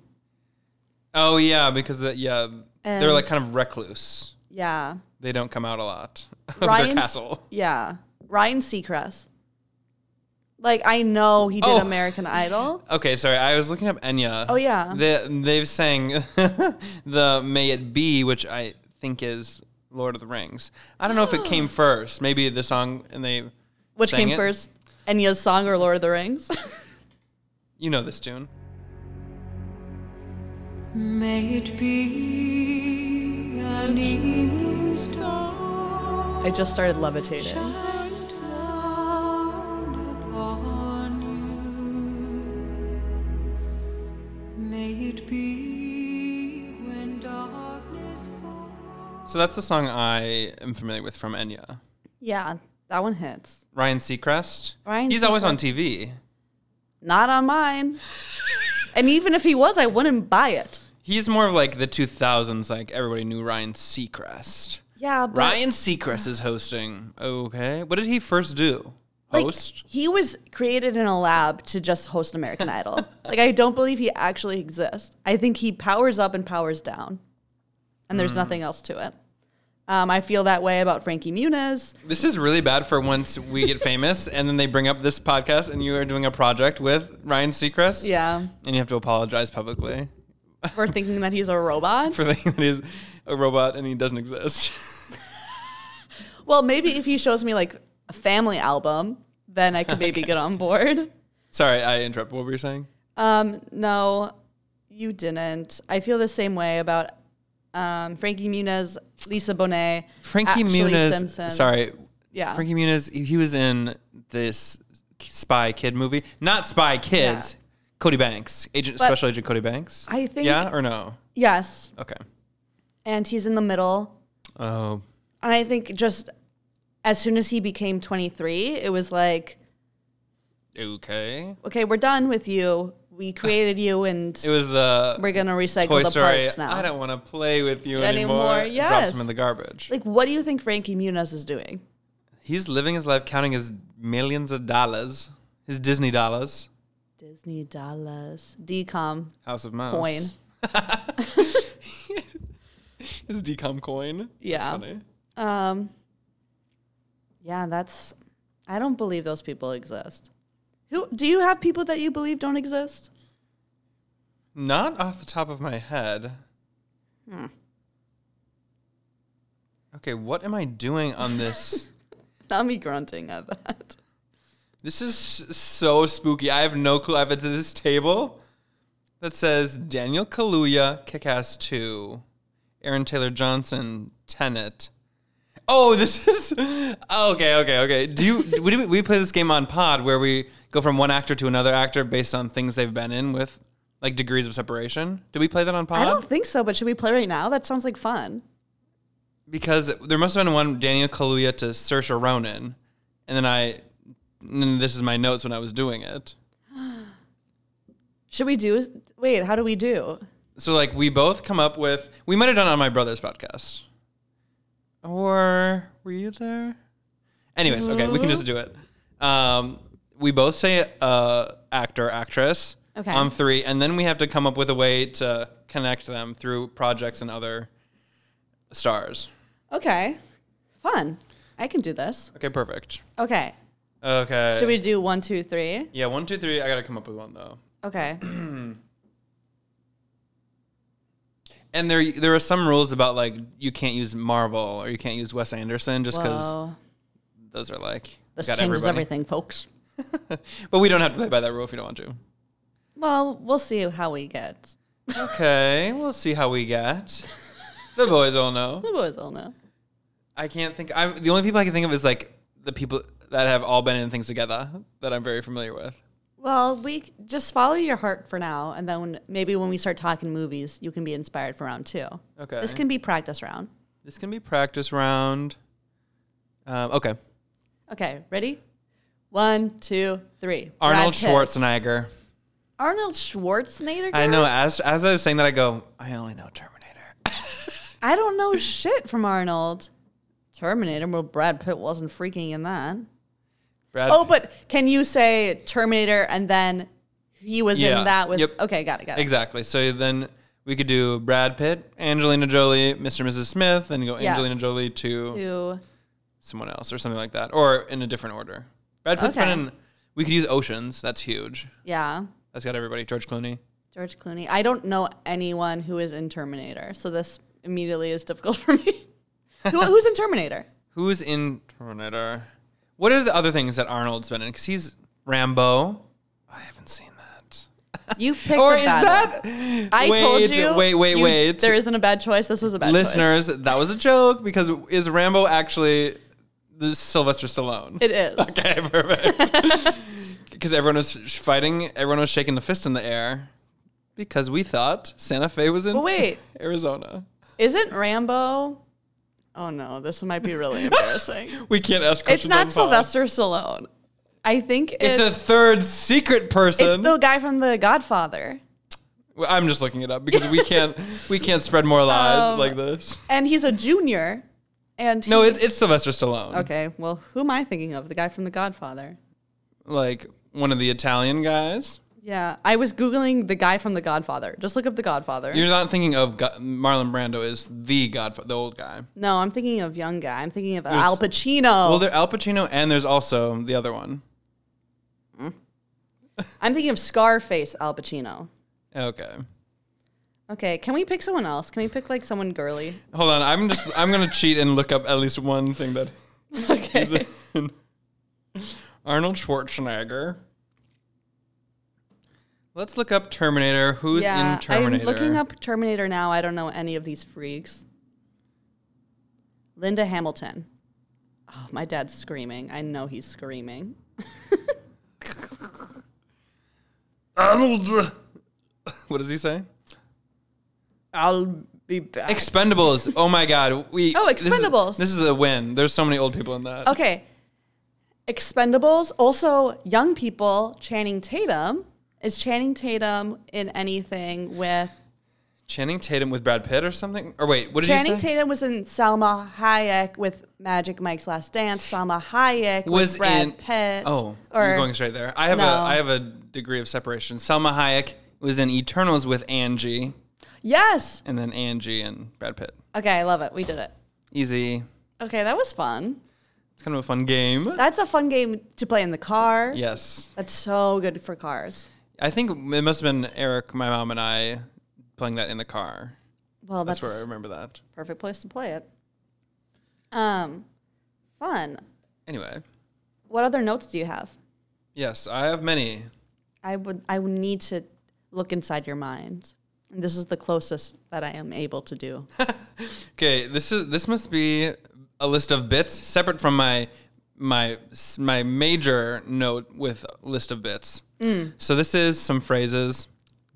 S1: oh yeah, because that yeah, they're
S3: And-
S1: like kind of recluse.
S3: Yeah.
S1: They don't come out a lot of
S3: Ryan's-
S1: their castle.
S3: Yeah. Ryan Seacrest. Like I know he did
S1: Oh.
S3: American Idol.
S1: Okay, sorry. I was looking up Enya.
S3: Oh, yeah.
S1: They they've sang the May It Be, which I think is Lord of the Rings. I don't know if it came first. Maybe the song and they
S3: Which
S1: sang
S3: came
S1: it.
S3: first? Enya's song or Lord of the Rings?
S1: You know this tune.
S2: May it be an evening star
S3: I just started levitating.
S2: shines down upon you. May it be when darkness falls.
S1: So that's the song I am familiar with from Enya.
S3: Yeah, that one hits.
S1: Ryan Seacrest.
S3: Ryan
S1: He's always on TV.
S3: Not on mine. and even if he was, I wouldn't buy it.
S1: He's more of like the 2000s, like everybody knew Ryan Seacrest.
S3: Yeah, but
S1: Ryan Seacrest is hosting. Okay. What did he first do?
S3: like,
S1: Host?
S3: he was created in a lab to just host American Idol. Like I don't believe he actually exists. I think he powers up and powers down, and
S1: Hmm.
S3: there's nothing else to it. Um, I feel that way about Frankie Muniz.
S1: this is really bad for once we get famous and then they bring up this podcast and you are doing a project with Ryan Seacrest.
S3: Yeah,
S1: And you have to apologize publicly
S3: for thinking that he's a robot.
S1: for thinking that he's a robot and he doesn't exist.
S3: Well, maybe if he shows me like a family album, then I could maybe get on board.
S1: Sorry, I interrupted. What were you saying?
S3: Um, no, you didn't. I feel the same way about um, Frankie Muniz, Lisa Bonet,
S1: Frankie
S3: Ashley
S1: Muniz.
S3: Simpson.
S1: Sorry.
S3: Yeah.
S1: Frankie Muniz, he he was in this Spy Kid movie. Not Spy Kids. Cody Banks. Agent
S3: But
S1: Special Agent Cody Banks.
S3: I think-
S1: Yeah or no?
S3: Yes,
S1: Okay.
S3: and he's in the middle.
S1: Oh.
S3: And I think just as soon as he became 23, it was like,
S1: Okay.
S3: okay, we're done with you. We created you, and
S1: It was the
S3: we're gonna recycle
S1: Toy
S3: the
S1: Story.
S3: parts now.
S1: I don't want to play with you
S3: Anymore,
S1: anymore.
S3: yes.
S1: Drops him in the garbage.
S3: like, what do you think Frankie Muniz is doing?
S1: He's living his life counting his millions of dollars, his Disney dollars.
S3: Disney dollars, decom
S1: House of Mouse.
S3: coin.
S1: His decom coin. That's
S3: Yeah.
S1: funny.
S3: Um, yeah, that's. I don't believe those people exist. Who do you have people that you believe don't exist?
S1: Not off the top of my head.
S3: Hmm.
S1: Okay, what am I doing on this?
S3: Not me grunting at that.
S1: this is so spooky. I have no clue. I've been to this table that says Daniel Kaluuya, Kick Ass 2, Aaron Taylor Johnson, Tenet. Oh, this is okay, okay, okay. Do you we, we play this game on Pod where we go from one actor to another actor based on things they've been in with like degrees of separation? Did we play that on Pod?
S3: I don't think so. But should we play right now? That sounds like fun.
S1: because there must have been one Daniel Kaluuya to Saoirse Ronan, and then I, and then this is my notes when I was doing it.
S3: Should we do? Wait, how do we do?
S1: So like we both come up with we might have done it on my brother's podcast, or were you there? Anyways, okay, we can just do it. Um, we both say uh, actor actress
S3: Okay.
S1: on three, and then we have to come up with a way to connect them through projects and other stars.
S3: Okay, fun. I can do this.
S1: Okay, perfect.
S3: Okay,
S1: Okay.
S3: should we do one, two, three?
S1: Yeah, one, two, three. I gotta come up with one though.
S3: Okay.
S1: And there there are some rules about like you can't use Marvel or you can't use Wes Anderson just because
S3: Whoa.
S1: those are like
S3: This
S1: got
S3: changes
S1: everybody.
S3: everything, folks.
S1: But we don't have to play by that rule if you don't want to.
S3: Well, we'll see how we get.
S1: Okay, we'll see how we get. The boys all know.
S3: The boys all know.
S1: I can't think. I'm the only people I can think of is like the people that have all been in things together that I'm very familiar with.
S3: Well, we c- just follow your heart for now, and then maybe when we start talking movies, you can be inspired for round two.
S1: Okay,
S3: This can be practice round.
S1: this can be practice round. Um, okay,
S3: Okay, ready? One, two, three. Brad
S1: Arnold
S3: Pitt.
S1: Schwarzenegger.
S3: Arnold Schwarzenegger.
S1: I know. As as I was saying that, I go. I only know Terminator.
S3: I don't know shit from Arnold. Terminator. Well, Brad Pitt wasn't freaking in that.
S1: Brad
S3: Oh, but can you say Terminator and then he was
S1: Yeah,
S3: in that with?
S1: yep.
S3: Okay, got it, got it.
S1: Exactly. So then we could do Brad Pitt, Angelina Jolie, Mr. and Mrs. Smith, and go
S3: Yeah.
S1: Angelina Jolie to
S3: Two.
S1: someone else or something like that, or in a different order. Brad Pitt's
S3: Okay.
S1: been in. We could use Oceans. That's huge.
S3: Yeah.
S1: That's got everybody. George Clooney.
S3: George Clooney. I don't know anyone who is in Terminator, so this immediately is difficult for me. who, who's in Terminator?
S1: Who's in Terminator? What are the other things that Arnold's been in? Because he's Rambo. I haven't seen that.
S3: You picked.
S1: Or
S3: a
S1: is
S3: bad one.
S1: that?
S3: I
S1: wait,
S3: told you.
S1: Wait, wait,
S3: you-
S1: wait.
S3: There isn't a bad choice. This was a bad choice.
S1: Listeners, that was a joke because is Rambo actually the Sylvester Stallone?
S3: It is.
S1: Okay, perfect. Because everyone was sh- fighting, everyone was shaking the fist in the air because we thought Santa Fe was in
S3: Well, wait.
S1: Arizona.
S3: Isn't Rambo Oh no, this might be really embarrassing.
S1: We can't ask questions.
S3: it's not
S1: on pod.
S3: Sylvester Stallone. I think
S1: It's,
S3: it's
S1: a third secret person.
S3: it's the guy from The Godfather,
S1: Well, I'm just looking it up because we can't we can't spread more lies
S3: Um,
S1: like this.
S3: and he's a junior. And
S1: No,
S3: he-
S1: it's it's Sylvester Stallone.
S3: okay. Well, who am I thinking of? The guy from The Godfather.
S1: Like one of the Italian guys.
S3: Yeah, I was googling the guy from The Godfather. Just look up The Godfather.
S1: You're not thinking of Go- Marlon Brando is the Godfather, the old guy.
S3: no, I'm thinking of young guy. I'm thinking of Al Pacino.
S1: Well, there's Al Pacino and there's also the other one.
S3: I'm thinking of Scarface Al Pacino.
S1: Okay.
S3: Okay, can we pick someone else? Can we pick like someone girly?
S1: Hold on. I'm just I'm going to cheat and look up at least one thing that is
S3: Okay.
S1: in. Arnold Schwarzenegger. Let's look up Terminator. Who's
S3: yeah,
S1: in Terminator?
S3: I'm looking up Terminator now. I don't know any of these freaks. Linda Hamilton. Oh, my dad's screaming. I know he's screaming.
S1: Arnold. What does he say?
S3: I'll be back.
S1: Expendables. Oh my God. We.
S3: Oh,
S1: this is-
S3: Expendables.
S1: This is, a win. There's so many old people in that.
S3: Okay. Expendables. Also, young people. Channing Tatum. Is Channing Tatum in anything with
S1: Channing Tatum with Brad Pitt or something? Or wait, what did
S3: Channing
S1: you say?
S3: Tatum was in Salma Hayek with Magic Mike's Last Dance. Salma Hayek was,
S1: was
S3: Brad
S1: in
S3: Pitt.
S1: Oh,
S3: or
S1: you're going straight there. I have
S3: No.
S1: a I have a degree of separation. Selma Hayek was in Eternals with Angie,
S3: yes.
S1: and then Angie and Brad Pitt.
S3: Okay, I love it. We did it.
S1: Easy.
S3: Okay, that was fun.
S1: It's kind of a fun game.
S3: That's a fun game to play in the car.
S1: Yes,
S3: That's so good for cars.
S1: I think it must have been Eric, my mom, and I playing that in the car.
S3: Well, that's,
S1: That's where I remember that.
S3: a perfect place to play it. Um, fun.
S1: Anyway,
S3: What other notes do you have?
S1: yes, I have many.
S3: I would I would need to look inside your mind. And this is the closest that I am able to do.
S1: Okay, this is this must be a list of bits separate from my my s- my major note with list of bits. So this is some phrases.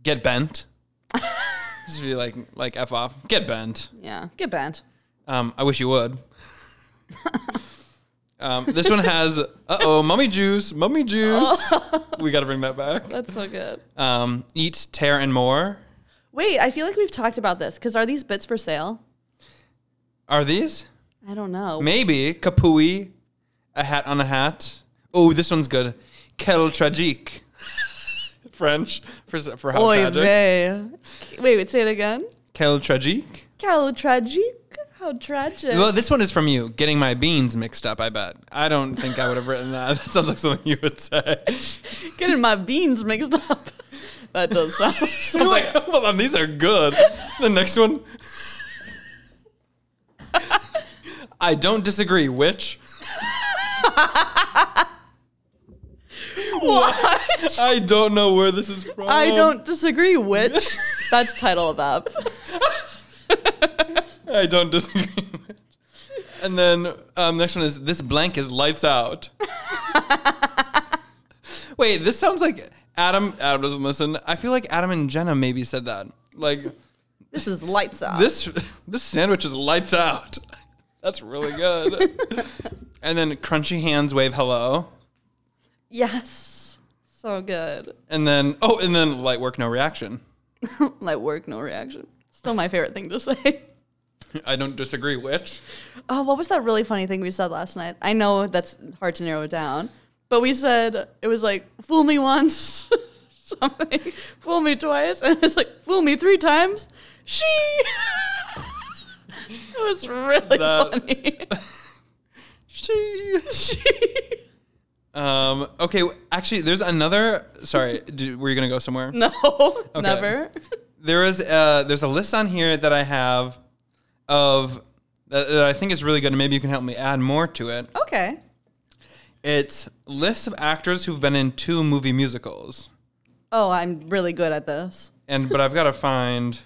S1: Get bent. this would be like like f off. Get bent.
S3: yeah. Get bent.
S1: Um, I wish you would. um, this one has uh oh, mummy juice, mummy juice. we got to bring that back.
S3: That's so good.
S1: Um, eat, tear, and more.
S3: Wait, I feel like we've talked about this because are these bits for sale?
S1: Are these?
S3: I don't know.
S1: Maybe Kapui, a hat on a hat. Oh, this one's good. Quel tragique. French for for how
S3: Oy
S1: tragic.
S3: vey. Wait, wait, say it again.
S1: Quel tragique.
S3: How tragic. How tragic.
S1: Well, this one is from you. Getting my beans mixed up. I bet. I don't think I would have written that. That sounds like something you would say.
S3: Getting my beans mixed up. that does sound.
S1: I'm like, hold on, these are good. The next one. I don't disagree. Which
S3: what?
S1: I don't know where this is from.
S3: I don't disagree, which. That's title of up.
S1: I don't disagree. and then um, next one is this blank is lights out. Wait, this sounds like Adam. Adam doesn't listen. I feel like Adam and Jenna maybe said that. Like
S3: This is lights out.
S1: this, this sandwich is lights out. That's really good. and then crunchy hands wave hello.
S3: yes. So good.
S1: And then oh, and then light work no reaction.
S3: Light work, no reaction. Still my favorite thing to say.
S1: I don't disagree. Which
S3: Oh, what was that really funny thing we said last night? I know that's hard to narrow down, but we said it was like fool me once, something, fool me twice, and it was like fool me three times. She. it was really
S1: That-
S3: funny.
S1: she.
S3: she.
S1: Um. Okay. Actually, there's another. Sorry. do, were you gonna go somewhere?
S3: No, never.
S1: there is uh there's a list on here that I have of that, that I think is really good and maybe you can help me add more to it.
S3: Okay.
S1: It's lists of actors who've been in two movie musicals.
S3: Oh, I'm really good at this.
S1: And but I've got to find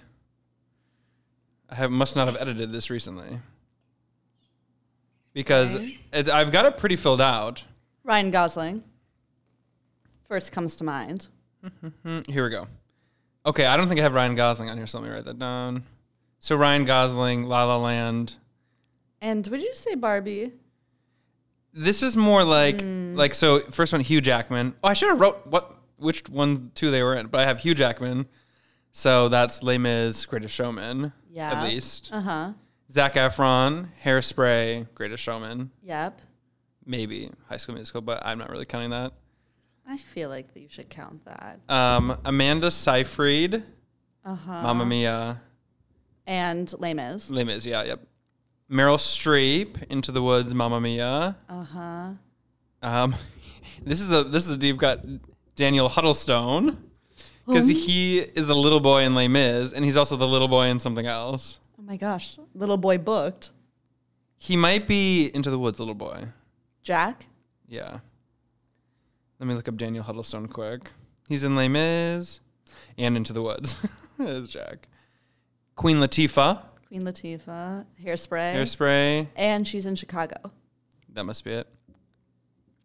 S1: I have must not have edited this recently. Because it, I've got it pretty filled out.
S3: Ryan Gosling. First comes to mind.
S1: Mm, Here we go. Okay, I don't think I have Ryan Gosling on here, so let me write that down. So Ryan Gosling, La La Land,
S3: And would you say Barbie?
S1: This is more like like so first one Hugh Jackman. Oh, I should have wrote what which one two they were in, but I have Hugh Jackman. So that's Les Mis, Greatest Showman.
S3: Yeah.
S1: At least.
S3: Uh huh.
S1: Zach Efron, Hairspray, Greatest Showman,
S3: Yep.
S1: maybe High School Musical, but I'm not really counting that.
S3: I feel like you should count that.
S1: Um, Amanda Seyfried,
S3: Uh huh.
S1: Mamma Mia,
S3: And Les Mis.
S1: Les Mis, yeah, yep. Meryl Streep, Into the Woods, Mamma Mia.
S3: Uh huh.
S1: Um, this is a this is a deep cut. Daniel Huddlestone, because he is the little boy in Les Mis, and he's also the little boy in something else.
S3: Oh my gosh. Little boy booked.
S1: He might be Into the Woods, little boy.
S3: Jack.
S1: Yeah. Let me look up Daniel Huddlestone quick. He's in Les Mis and Into the Woods as Jack. Queen Latifah,
S3: Queen Latifah. Hairspray.
S1: Hairspray.
S3: and she's in Chicago.
S1: That must be it.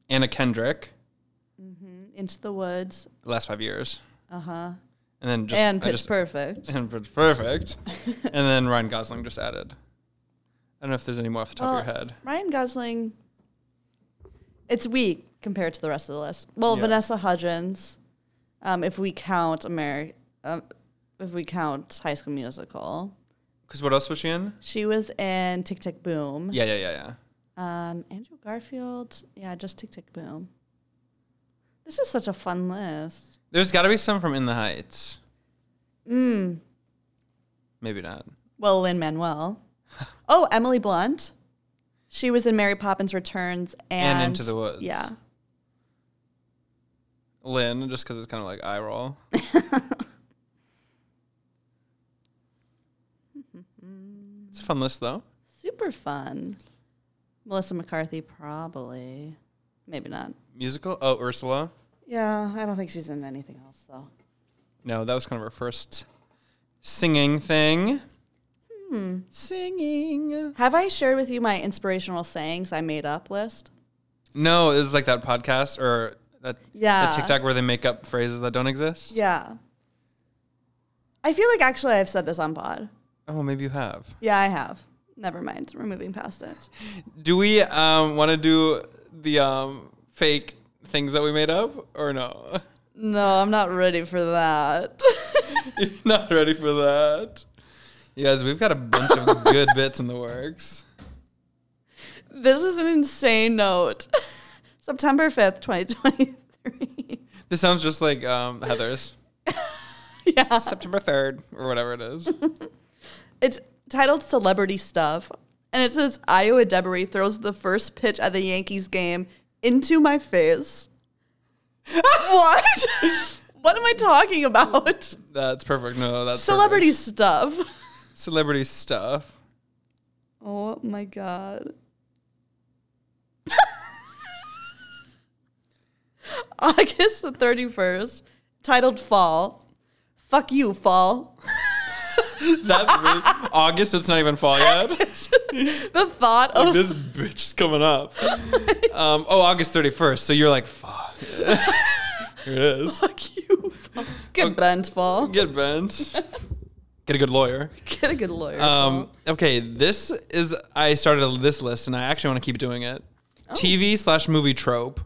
S1: Anna Kendrick,
S3: Into the Woods.
S1: the last five years.
S3: Uh huh.
S1: And then just
S3: And
S1: I
S3: Pitch
S1: just-
S3: Perfect.
S1: And Pitch Perfect. and then Ryan Gosling just added. I don't know if there's any more off the top of your head.
S3: Ryan Gosling. It's weak compared to the rest of the list. Well,
S1: Yeah.
S3: Vanessa Hudgens, um, if we count America, uh, if we count High School Musical,
S1: Because what else was she in?
S3: she was in Tick Tick Boom.
S1: Yeah, yeah, yeah, yeah.
S3: Um, Andrew Garfield, yeah, just Tick Tick Boom. This is such a fun list.
S1: There's got to be some from In the Heights.
S3: Mm.
S1: Maybe not.
S3: Well, Lin Manuel. oh, Emily Blunt. She was in Mary Poppins Returns and,
S1: And, Into the Woods.
S3: Yeah.
S1: Lynn, just because it's kind of like eye roll. it's a fun list, though.
S3: Super fun. Melissa McCarthy, probably. Maybe not.
S1: Musical? Oh, Ursula.
S3: Yeah, I don't think she's in anything else, though.
S1: No, that was kind of her first singing thing.
S3: Hmm.
S1: Singing.
S3: Have I shared with you my inspirational sayings I made up list?
S1: No, it's like that podcast or that,
S3: Yeah.
S1: that TikTok where they make up phrases that don't exist.
S3: Yeah. I feel like actually I've said this on pod.
S1: Oh, maybe you have.
S3: Yeah, I have. Never mind. We're moving past it.
S1: Do we um, want to do the um, fake things that we made up or no?
S3: No, I'm not ready for that.
S1: You're not ready for that. You guys, we've got a bunch of good bits in the works.
S3: this is an insane note. September 5th, 2023.
S1: This sounds just like um, Heather's
S3: yeah.
S1: September 3rd or whatever it is.
S3: It's titled Celebrity Stuff. And it says Iowa Debery throws the first pitch at the Yankees game into my face. what? what am I talking about?
S1: That's perfect. No, that's
S3: Celebrity stuff.
S1: perfect. celebrity stuff.
S3: Oh my god. August the 31st, titled Fall. Fuck you, Fall.
S1: That's really, August. It's not even fall yet.
S3: The thought of
S1: this bitch is coming up. Um, oh, August 31st. So you're like, fuck. Here it is.
S3: fuck you, Fall. Get bent, Fall.
S1: Get bent. Get a good lawyer.
S3: Get a good lawyer.
S1: Um, okay, this is I started this list and I actually want to keep doing it. TV slash movie trope.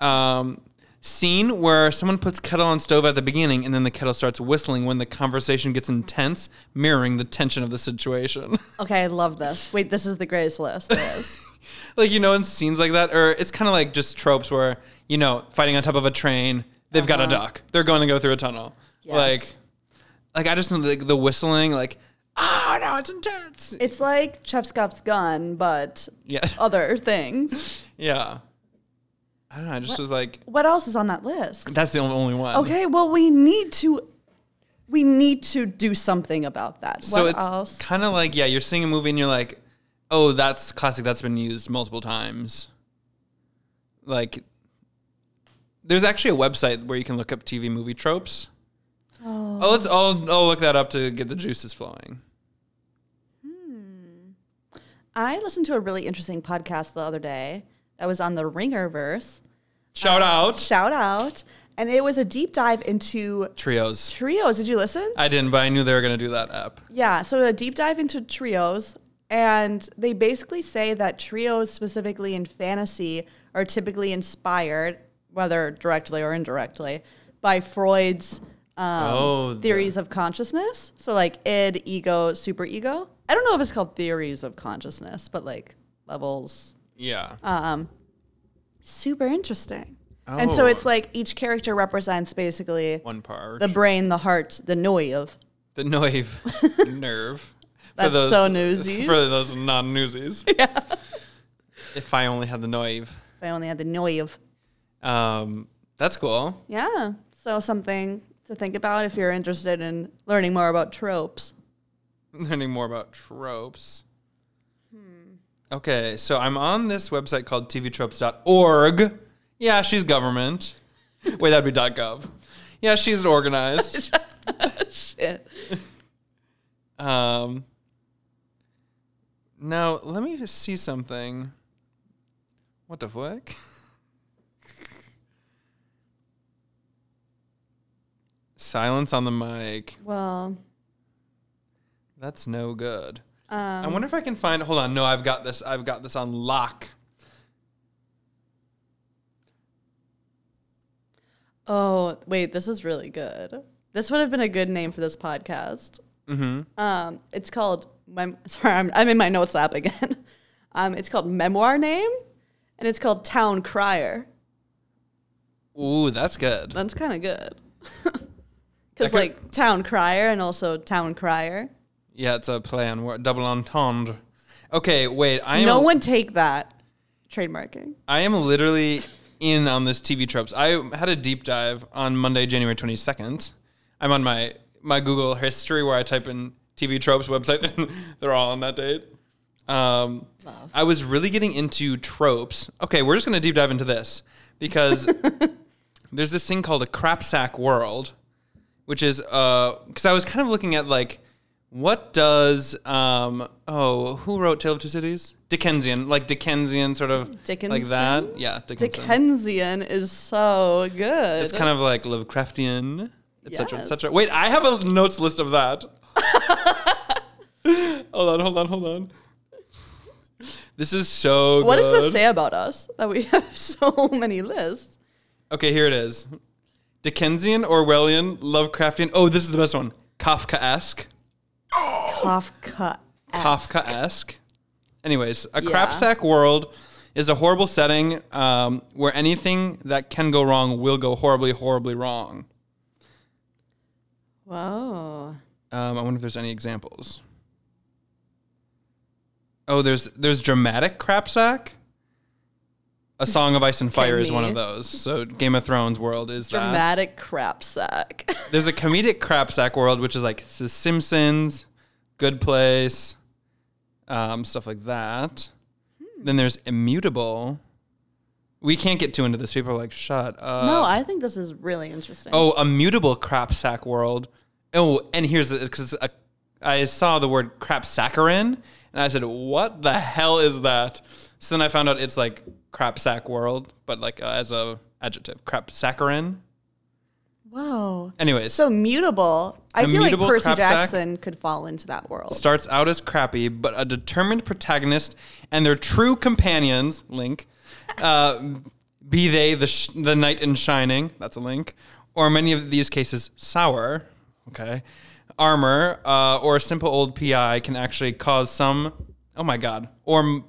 S1: Um, scene where someone puts kettle on stove at the beginning and then the kettle starts whistling when the conversation gets intense, mirroring the tension of the situation.
S3: Okay, I love this. Wait, this is the greatest list. There is.
S1: like you know, in scenes like that, or it's kind of like just tropes where you know, fighting on top of a train, they've got a duck, they're going to go through a tunnel.
S3: Yes.
S1: Like, like I just know the, the whistling, like. Oh no, it's intense.
S3: it's like Chepscott's gun, but
S1: yeah.
S3: other things.
S1: Yeah. I don't know. I just was like,
S3: What else is on that list?
S1: that's the only- only one.
S3: Okay, well we need to we need to do something about that.
S1: So
S3: what
S1: it's
S3: else?
S1: kind of like, yeah, you're seeing a movie and you're like, oh, that's classic. That's been used multiple times. Like, there's actually a website where you can look up TV movie tropes. Oh, let's. I'll, I'll look that up to get the juices flowing.
S3: I listened to a really interesting podcast the other day that was on the Ringerverse.
S1: Shout
S3: Uh,
S1: out
S3: Shout out. And it was a deep dive into
S1: trios.
S3: trios. Did you listen?
S1: I didn't, but I knew they were gonna do that app.
S3: Yeah, so a deep dive into trios And they basically say that trios, specifically in fantasy, are typically inspired, whether directly or indirectly, by Freud's um,
S1: Oh, the-
S3: theories of consciousness. So, like id, ego, superego. I don't know if it's called theories of consciousness, but like levels.
S1: Yeah.
S3: uh, Super interesting. And so
S1: Oh.
S3: it's like each character represents basically
S1: One part.
S3: the brain, the heart, the noiv.
S1: The Noive nerve. For
S3: That's so newsies.
S1: For those non newsies. Yeah. If I only had the Noive.
S3: If I only had the noiv.
S1: Um, that's cool.
S3: Yeah. So something to think about if you're interested in learning more about tropes.
S1: Learning more about tropes.
S3: Hmm.
S1: Okay, so I'm on this website called tvtropes.org. Yeah, she's government. Wait, that'd be .gov. Yeah, she's organized.
S3: Shit.
S1: Um, now let me just see something. What the fuck? Silence on the mic.
S3: Well,
S1: That's no good. I
S3: Um,
S1: wonder if I can find. Hold on. No, I've got this. I've got this on lock.
S3: oh, wait, this is really good. This would have been a good name for this podcast. Mm-hmm. Um, it's called, mem- sorry, I'm, I'm in my notes app again. Um, it's called Memoir Name, and it's called Town Crier.
S1: Ooh, that's good.
S3: That's kind of good.
S1: I
S3: Because,
S1: could-
S3: like, Town Crier and also Town Crier.
S1: Yeah, it's a play on word, double entendre. Okay, wait. I am
S3: no one take that. Trademarking.
S1: I am literally in on this TV tropes. I had a deep dive on Monday, January 22nd. I'm on my, my Google history where I type in TV tropes website and they're all on that date. Um, I was really getting into tropes. Okay, we're just going to deep dive into this because there's this thing called a crap sack world, which is because I was kind of looking at like what does um oh who wrote Tale of Two Cities Dickensian like Dickensian sort of like that
S3: Dickinson?
S1: yeah Dickensian.
S3: Dickensian is so good.
S1: it's kind of like Lovecraftian etc
S3: Yes.
S1: etc. Wait, I have a notes list of that. hold on, hold on, hold on. This is so.
S3: What
S1: good.
S3: does this say about us that we have so many lists?
S1: Okay, here it is. Dickensian, Orwellian, Lovecraftian. Oh, this is the best one. Kafka-esque.
S3: Kafka.
S1: Kafka-esque. Anyways, a
S3: Yeah.
S1: crap sack world is a horrible setting um, where anything that can go wrong will go horribly, horribly wrong.
S3: Whoa.
S1: Um, I wonder if there's any examples. Oh, there's there's dramatic crap sack. A Song of Ice and Fire is one
S3: be.
S1: of those. So Game of Thrones world is that.
S3: Dramatic crap sack.
S1: There's a comedic crap sack world, which is like The Simpsons, Good Place, um, stuff like that.
S3: Hmm.
S1: Then there's Immutable. We can't get too into this. People are like, shut up.
S3: no, I think this is really interesting.
S1: Uh, Oh, Immutable crap sack world. Oh, and here's because I saw the word crap saccharin, and I said, what the hell is that? So then I found out it's like crap sack world, but like uh, as a adjective, crap saccharin.
S3: Whoa.
S1: Anyways.
S3: So mutable. I feel like
S1: Immutable
S3: Percy
S1: crap sack.
S3: Jackson could fall into that world.
S1: starts out as crappy, but a determined protagonist and their true companions, Link, uh, be they the, sh- the knight in shining, that's a Link, or many of these cases, Sour, okay, Armor, uh, or a simple old PI can actually cause some, oh my God, or m-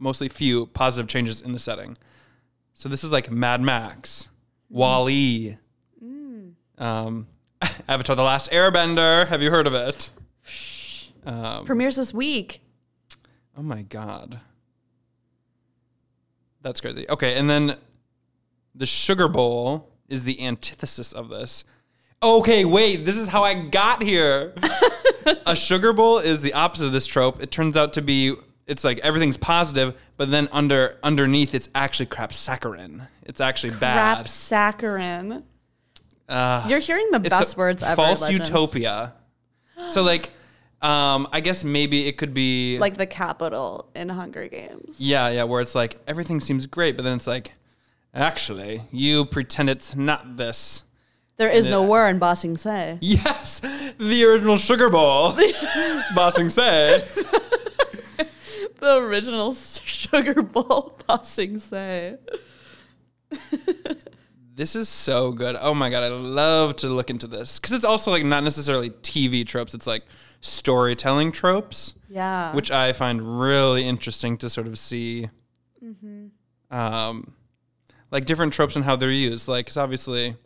S1: mostly few positive changes in the setting. So this is like Mad Max, Wall-E, um, Avatar: The Last Airbender. Have you heard of it?
S3: Premieres this week.
S1: Oh my god. That's crazy. Okay, and then the sugar bowl is the antithesis of this. Okay, wait, this is how I got here. a sugar bowl is the opposite of this trope. It turns out to be it's like everything's positive, but then under underneath it's actually crap saccharin. It's actually
S3: Crap
S1: bad. Uh,
S3: saccharin. You're hearing the
S1: It's a
S3: best words ever.
S1: False
S3: legends.
S1: utopia. So like um I guess maybe it could be
S3: Like the capital in Hunger Games.
S1: Yeah, yeah, where it's like everything seems great, but then it's like, actually, you pretend it's not this.
S3: There is no
S1: Yeah.
S3: war in Ba Sing Se.
S1: Yes, the original sugar bowl, Bossing said.
S3: the original sugar bowl passing say.
S1: This is so good. Oh my god, I love to look into this because it's also like not necessarily TV tropes. It's like storytelling tropes,
S3: Yeah.
S1: which I find really interesting to sort of see,
S3: Mm-hmm.
S1: um, like different tropes and how they're used. Like, 'cause obviously,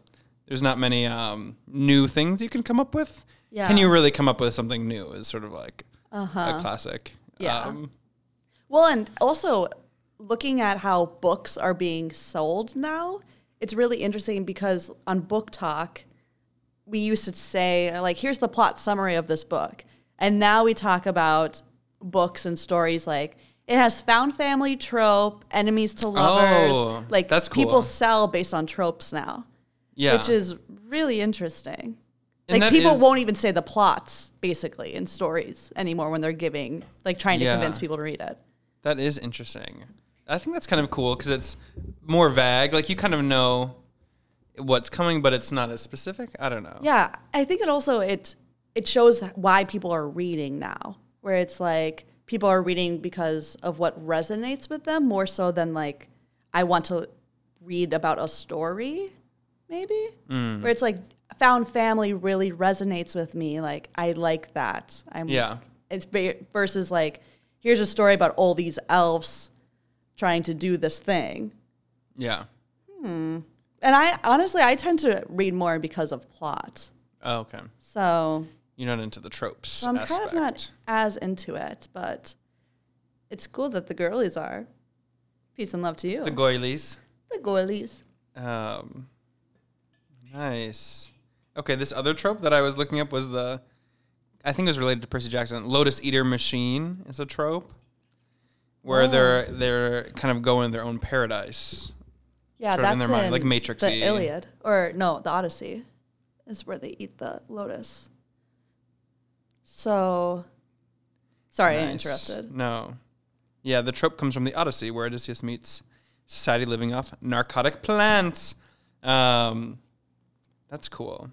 S1: there's not many um, new things you can come up with.
S3: Yeah. Uh-huh.
S1: Can you really come up with something new? Is sort of like a classic. Um,
S3: Yeah. Well, and also looking at how books are being sold now, it's really interesting because on Book Talk, we used to say, like, here's the plot summary of this book. And now we talk about books and stories like it has found family trope, enemies to lovers.
S1: Oh,
S3: like,
S1: that's cool.
S3: people sell based on tropes now,
S1: yeah.
S3: which is really interesting.
S1: And
S3: like
S1: that
S3: people
S1: is-
S3: won't even say the plots basically in stories anymore when they're giving like trying to
S1: Yeah.
S3: convince people to read it.
S1: That is interesting. I think that's kind of cool because it's more vague. Like you kind of know what's coming, but it's not as specific. I don't know.
S3: Yeah, I think it also it it shows why people are reading now, where it's like people are reading because of what resonates with them more so than like I want to read about a story, maybe where it's like found family really resonates with me. Like I like that. I'm
S1: Yeah.
S3: It's ba- versus like here's a story about all these elves trying to do this thing.
S1: Yeah.
S3: And I honestly I tend to read more because of plot.
S1: Oh, okay.
S3: So
S1: You're not into the tropes.
S3: So I'm
S1: aspect.
S3: kind of not as into it, but it's cool that the girlies are. Peace and love to you.
S1: the goilies.
S3: the girlies.
S1: Um, nice. Okay, this other trope that I was looking up was the, I think it was related to Percy Jackson. Lotus Eater Machine is a trope, where they're they're kind of going their own paradise.
S3: Yeah,
S1: Sort of
S3: that's
S1: in their mind, like
S3: The
S1: Matrix-y.
S3: Iliad, or no, the Odyssey, is where they eat the lotus. So, sorry, I
S1: Nice.
S3: interrupted.
S1: No. Yeah, the trope comes from the Odyssey, where Odysseus meets society living off narcotic plants. Um, that's cool.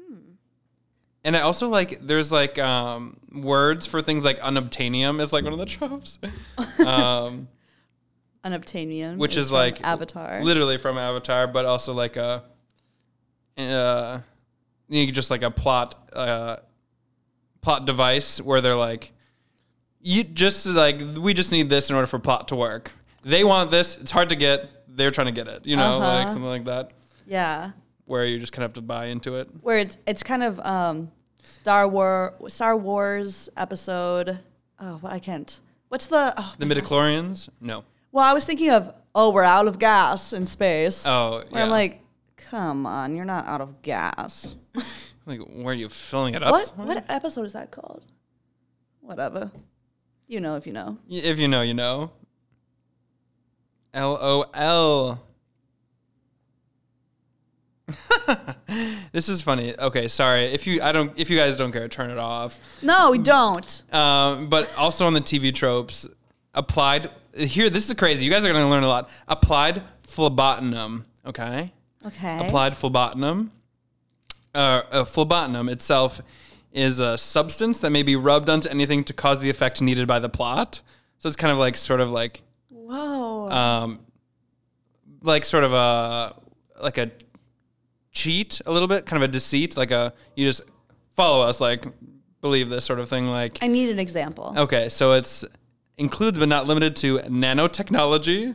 S3: Hmm.
S1: And I also like there's like um, words for things like unobtainium is like one of the tropes, um,
S3: Unobtainium,
S1: which is
S3: from
S1: like
S3: Avatar.
S1: literally from Avatar, but also like a, uh, you know, just like a plot, uh, plot device where they're like, you just like we just need this in order for plot to work. They want this; it's hard to get. They're trying to get it, you know,
S3: Uh-huh.
S1: like something like that,
S3: yeah,
S1: where you just kind of have to buy into it.
S3: where it's it's kind of um, Star War Star Wars episode. Oh, I can't. What's the oh,
S1: The midichlorians? No.
S3: Well, I was thinking of, oh, we're out of gas in space.
S1: Oh,
S3: Where I'm
S1: yeah.
S3: like, come on, you're not out of gas.
S1: Like, where are you filling it up?
S3: What what episode is that called? Whatever. You know if you know.
S1: Y- If you know, you know. LOL. this is funny. Okay, sorry. If you I don't if you guys don't care, turn it off.
S3: No,
S1: Hmm.
S3: we don't.
S1: Um, but also on the TV tropes, applied here this is crazy. You guys are going to learn a lot. Applied phlebotinum, okay?
S3: Okay.
S1: Applied phlebotinum. Uh, uh, phlebotinum itself is a substance that may be rubbed onto anything to cause the effect needed by the plot. So it's kind of like sort of like
S3: Whoa.
S1: um, like sort of a like a cheat a little bit, kind of a deceit, like a you just follow us, like believe this sort of thing. Like
S3: I need an example.
S1: okay, so it's includes but not limited to nanotechnology.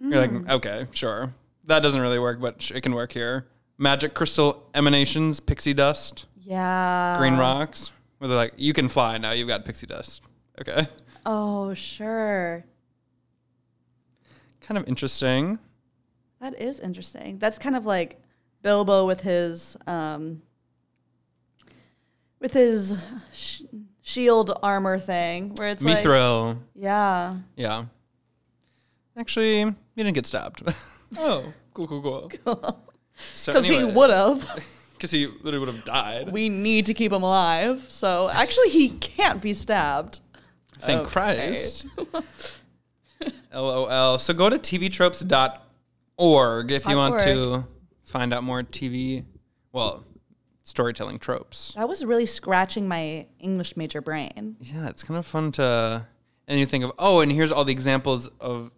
S1: You're
S3: Mm.
S1: like okay, sure, that doesn't really work, but sh- it can work here. Magic crystal emanations, pixie dust,
S3: Yeah.
S1: green rocks. Where they're like, you can fly now. You've got pixie dust. Okay,
S3: Oh, sure.
S1: kind of interesting.
S3: That is interesting. That's kind of like Bilbo with his um, with his sh- shield armor thing, where it's like,
S1: Mithril.
S3: yeah.
S1: Yeah. Actually, you didn't get stabbed. oh, cool, cool, cool.
S3: Because he would have.
S1: Because he literally would have died.
S3: We need to keep him alive. So actually, he can't be stabbed.
S1: Thank Christ. LOL. So go to tvtropes.org if you want
S3: .org.
S1: to find out more TV, well, storytelling tropes.
S3: I was really scratching my English major brain.
S1: Yeah, it's kind of fun to. and you think of oh, and here's all the examples of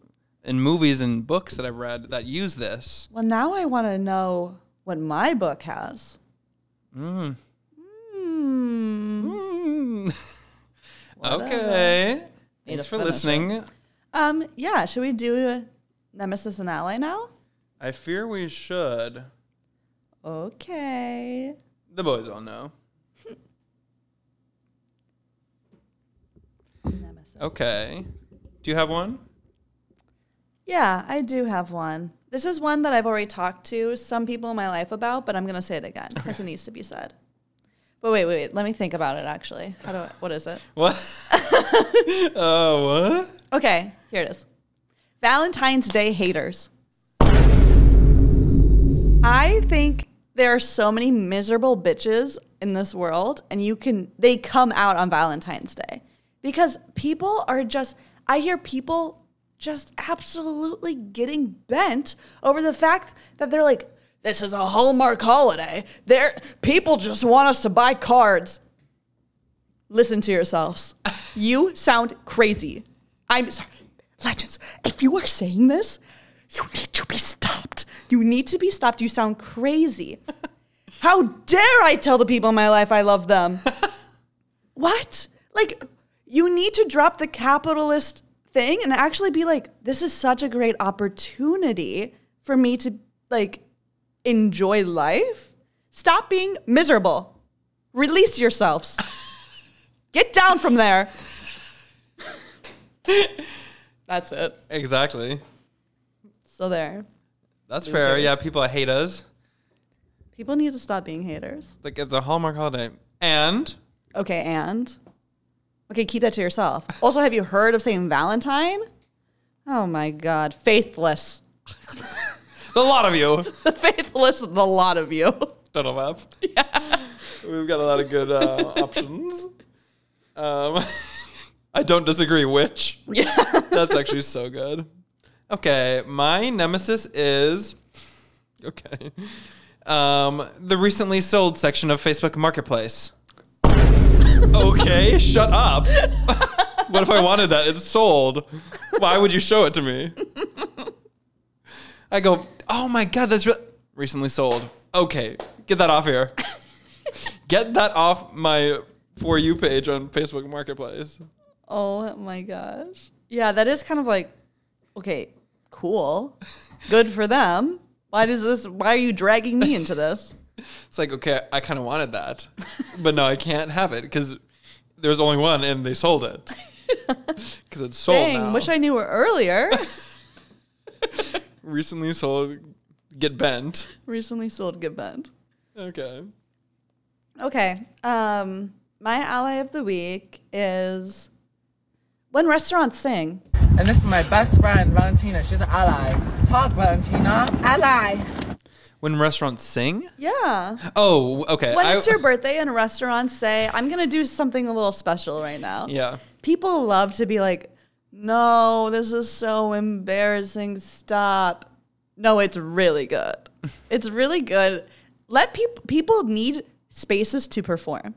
S1: in movies and books that I've read that use this.
S3: Well, now I want to know what my book has.
S1: Hmm. okay. Thanks for
S3: finish
S1: listening.
S3: Um, yeah, should we do uh, Nemesis and Ally now?
S1: I fear we should.
S3: Okay.
S1: The boys all know. Okay. Do you have one?
S3: Yeah, I do have one. This is one that I've already talked to some people in my life about, but I'm going to say it again because it needs to be said. But wait, wait, wait. Let me think about it actually. How do I, what is it?
S1: What? Oh, what?
S3: Okay, here it is. Valentine's Day haters. I think there are so many miserable bitches in this world, and you can they come out on Valentine's Day because people are just. I hear people just absolutely getting bent over the fact that they're like, "This is a Hallmark holiday. There, people just want us to buy cards." Listen to yourselves. You sound crazy. I'm sorry. Legends, if you are saying this, you need to be stopped. You need to be stopped. You sound crazy. How dare I tell the people in my life I love them? what? Like, you need to drop the capitalist thing and actually be like, this is such a great opportunity for me to, like, enjoy life. Stop being miserable. Release yourselves. Get down from there. That's it.
S1: Exactly.
S3: Still there.
S1: That's fair. Yeah, people hate us.
S3: People need to stop being haters.
S1: Like it's a Hallmark holiday. And
S3: Okay, and? Okay, keep that to yourself. Also, have you heard of St. Valentine? Oh my God. Faithless.
S1: the lot of you.
S3: Faithless, the lot of you.
S1: Total map. Yeah. We've got a lot of good uh, options. Um, I don't disagree. Which? Yeah. That's actually so good. Okay, my nemesis is okay. Um, the recently sold section of Facebook Marketplace. okay, shut up. what if I wanted that? It's sold. Why would you show it to me? I go, oh my god, that's re- recently sold. Okay, get that off here. get that off my for you page on Facebook Marketplace.
S3: Oh my gosh. Yeah, that is kind of like, okay, cool. Good for them. Why does this, why are you dragging me into this?
S1: It's like, okay, I kind of wanted that, but no, I can't have it because there's only one and they sold it because it's sold
S3: Dang,
S1: now.
S3: wish I knew earlier.
S1: recently sold. Get bent.
S3: Recently sold Good Bend.
S1: Okay.
S3: Okay. Um, my ally of the week is when restaurants sing.
S6: And this is my best friend, Valentina. She's an ally. Talk, Valentina. Ally.
S1: When restaurants sing?
S3: Yeah.
S1: Oh, okay.
S3: When
S1: I-
S3: it's your birthday and restaurants say, I'm going to do something a little special right now.
S1: yeah.
S3: People love to be like, no, this is so embarrassing. Stop. No, it's really good. it's really good. Let people people need spaces to perform.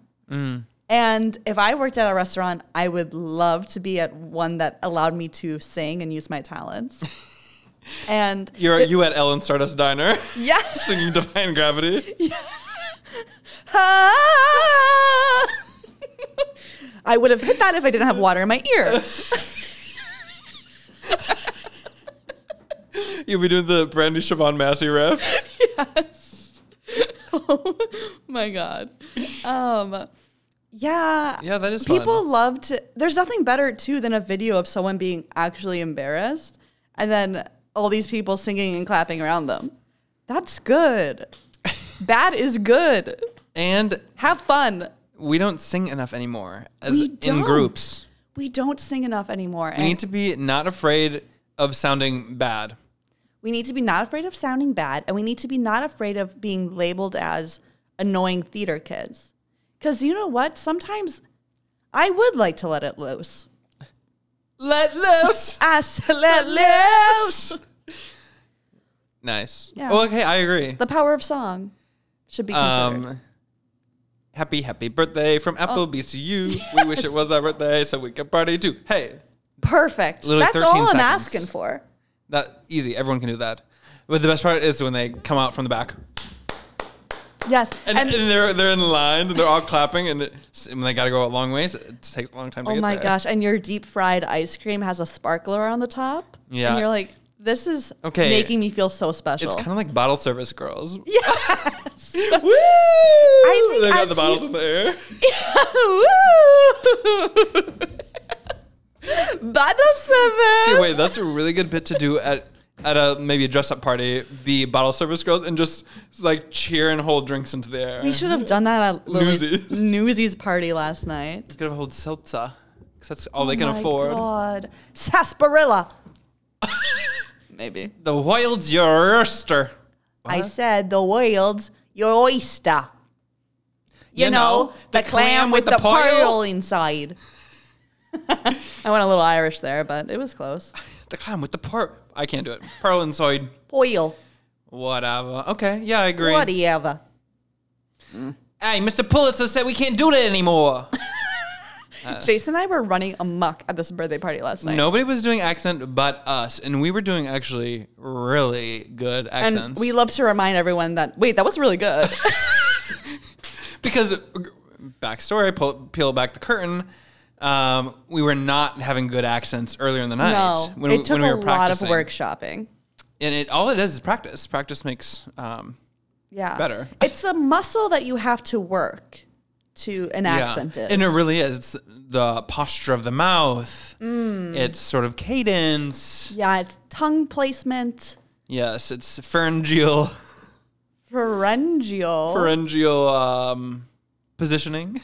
S3: And if I worked at a restaurant, I would love to be at one that allowed me to sing and use my talents. and
S1: You're you at Ellen Stardust Diner
S3: yes,
S1: singing Divine Gravity.
S3: Ah. I would have hit that if I didn't have water in my ear.
S1: You'll be doing the Brandy Siobhan Massey riff.
S3: oh my god. Um yeah.
S1: Yeah, that is fun.
S3: people love to there's nothing better too than a video of someone being actually embarrassed and then all these people singing and clapping around them. That's good. Bad is good.
S1: And
S3: Have fun.
S1: we don't sing enough anymore as
S3: We
S1: in
S3: don't.
S1: groups.
S3: We don't sing enough anymore.
S1: We need to be not afraid of sounding bad.
S3: We need to be not afraid of sounding bad, and we need to be not afraid of being labeled as annoying theater kids. Because you know what? Sometimes I would like to let it loose.
S1: Let loose.
S3: I said, let loose.
S1: nice.
S3: Yeah.
S1: Oh, okay, I agree.
S3: The power of song should be considered.
S1: Um,
S3: Oh.
S1: happy happy birthday from Applebee's to you. We wish it was our birthday so we could party too. Hey,
S3: Perfect.
S1: Literally
S3: That's
S1: 13
S3: all I'm
S1: seconds.
S3: asking for.
S1: That easy. Everyone can do that. But the best part is when they come out from the back
S3: Yes. oh
S1: and, and, they're they're in line and they're all clapping and, it's, and they got to go a long ways. It takes a long time to
S3: Oh
S1: get
S3: my
S1: there.
S3: gosh! And your deep fried ice cream has a sparkler on the top.
S1: Yeah.
S3: And you're like, this is
S1: Okay.
S3: making me feel so special.
S1: It's kind of like bottle service girls.
S3: Yes.
S1: Woo! I
S3: think
S1: they got
S3: as
S1: the bottles
S3: you-
S1: in the air.
S3: Woo! Bottle service.
S1: Wait, that's a really good bit to do at at a maybe a dress up party. The bottle service girls and just like cheer and hold drinks into the air.
S3: We should have done that at Lily's
S1: Newsies.
S3: Newsies, party last night.
S1: Could have hold seltzer because that's all they can afford.
S3: God. Sarsaparilla. Maybe.
S1: The wild's your oyster.
S3: I said the world's your oyster. You, know, the, clam with, the pearl, inside. I went a little Irish there, but it was close.
S1: The clam with the pearl. I can't do it. Pearl and soy.
S3: Poil.
S1: Whatever. Okay. Yeah, I agree.
S3: Whatever.
S1: Hey, Mr. Pulitzer said we can't do that anymore.
S3: Jason and I were running amok at this birthday party last night.
S1: Nobody was doing accent but us, and we were doing actually really good
S3: And
S1: accents.
S3: we love to remind everyone that, wait, that was really good.
S1: because backstory, pull, peel back the curtain. Um, we were not having good accents earlier in the night.
S3: no.
S1: when
S3: it
S1: we-
S3: took
S1: when we
S3: a
S1: were
S3: lot of
S1: practicing.
S3: workshopping.
S1: and it all it is is practice. Practice makes. Um,
S3: Yeah.
S1: Better.
S3: It's a muscle that you have to work to an accent
S1: yeah.
S3: is.
S1: and it really is It's the posture of the mouth.
S3: Mm.
S1: It's sort of cadence.
S3: yeah, it's tongue placement,
S1: Yes, it's pharyngeal,
S3: pharyngeal,
S1: pharyngeal um, positioning.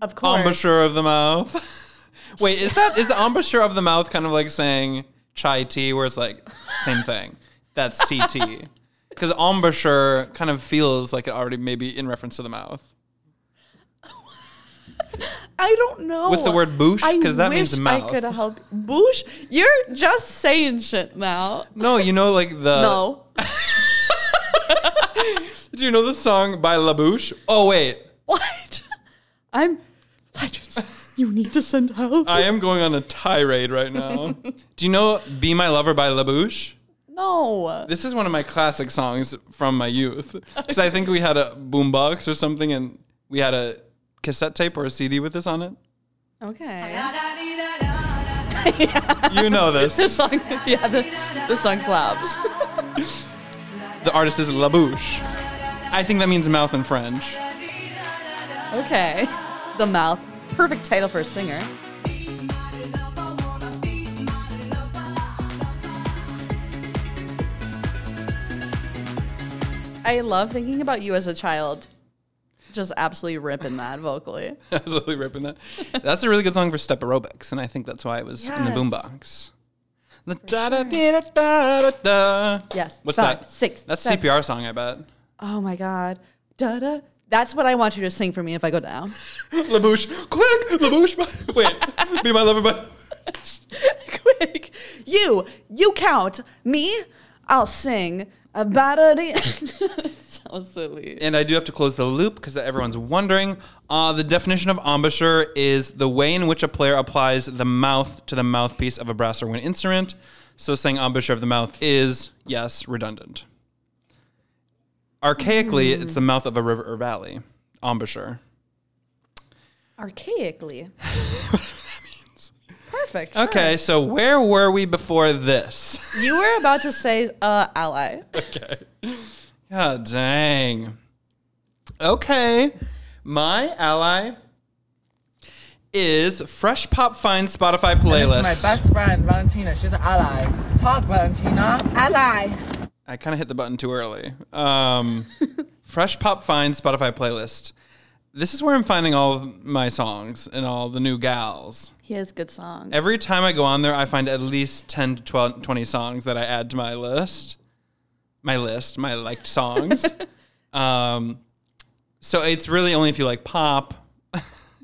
S3: of course.
S1: embouchure of the mouth. Wait, is that is the embouchure of the mouth kind of like saying chai tea, where it's like same thing? That's TT. Because embouchure kind of feels like it already may be in reference to the mouth.
S3: I don't know.
S1: With the word boosh,
S3: I
S1: 'cause that means
S3: wish
S1: mouth.
S3: I could help. Boosh? You're just saying shit now.
S1: No, you know, like the.
S3: no.
S1: Do you know the song by LaBouche? Oh, wait.
S3: What? I'm. Patrice, you need to send help.
S1: I am going on a tirade right now. Do you know Be My Lover by LaBouche?
S3: no.
S1: This is one of my classic songs from my youth. Because I think we had a boombox or something and we had a cassette tape or a CD with this on it.
S3: Okay.
S1: You know
S3: This
S1: this.
S3: song, yeah, this, this song slaps.
S1: the artist is Labouche. I think that means mouth in French.
S3: Okay. The mouth. Perfect title for a singer. I love thinking about you as a child. Just absolutely ripping that vocally.
S1: Absolutely ripping that. That's a really good song for step aerobics, and I think that's why it was in the
S3: Yes.
S1: boombox. The da-da-dee-da-da-da-da.
S3: Yes.
S1: What's
S3: Five,
S1: that?
S3: six,
S1: That's
S3: seven.
S1: CPR song, I bet.
S3: Oh my god. Da da. That's what I want you to sing for me if I go down.
S1: Labouche, quick, Labouche. by- Wait, be my lover, but
S3: Quick. You, you count. Me, I'll sing. About it. so silly.
S1: and I do have to close the loop because everyone's wondering. Uh, the definition of embouchure is the way in which a player applies the mouth to the mouthpiece of a brass or wind instrument. So saying embouchure of the mouth is, yes, redundant. Archaically, it's the mouth of a river or valley. Embouchure.
S3: Archaically. Perfect. sure.
S1: Okay, so where were we before this?
S3: You were about to say uh, ally.
S1: okay. God dang. Okay. My ally is Fresh Pop Find Spotify playlist.
S6: My best friend, Valentina, she's an ally. Talk, Valentina.
S1: I kind of hit the button too early. Um, Fresh Pop Find Spotify playlist. This is where I'm finding all of my songs and all the new gals.
S3: He has good songs.
S1: Every time I go on there, I find at least 10 to 12, 20 songs that I add to my list. My list, my liked songs. um, so it's really only if you like pop.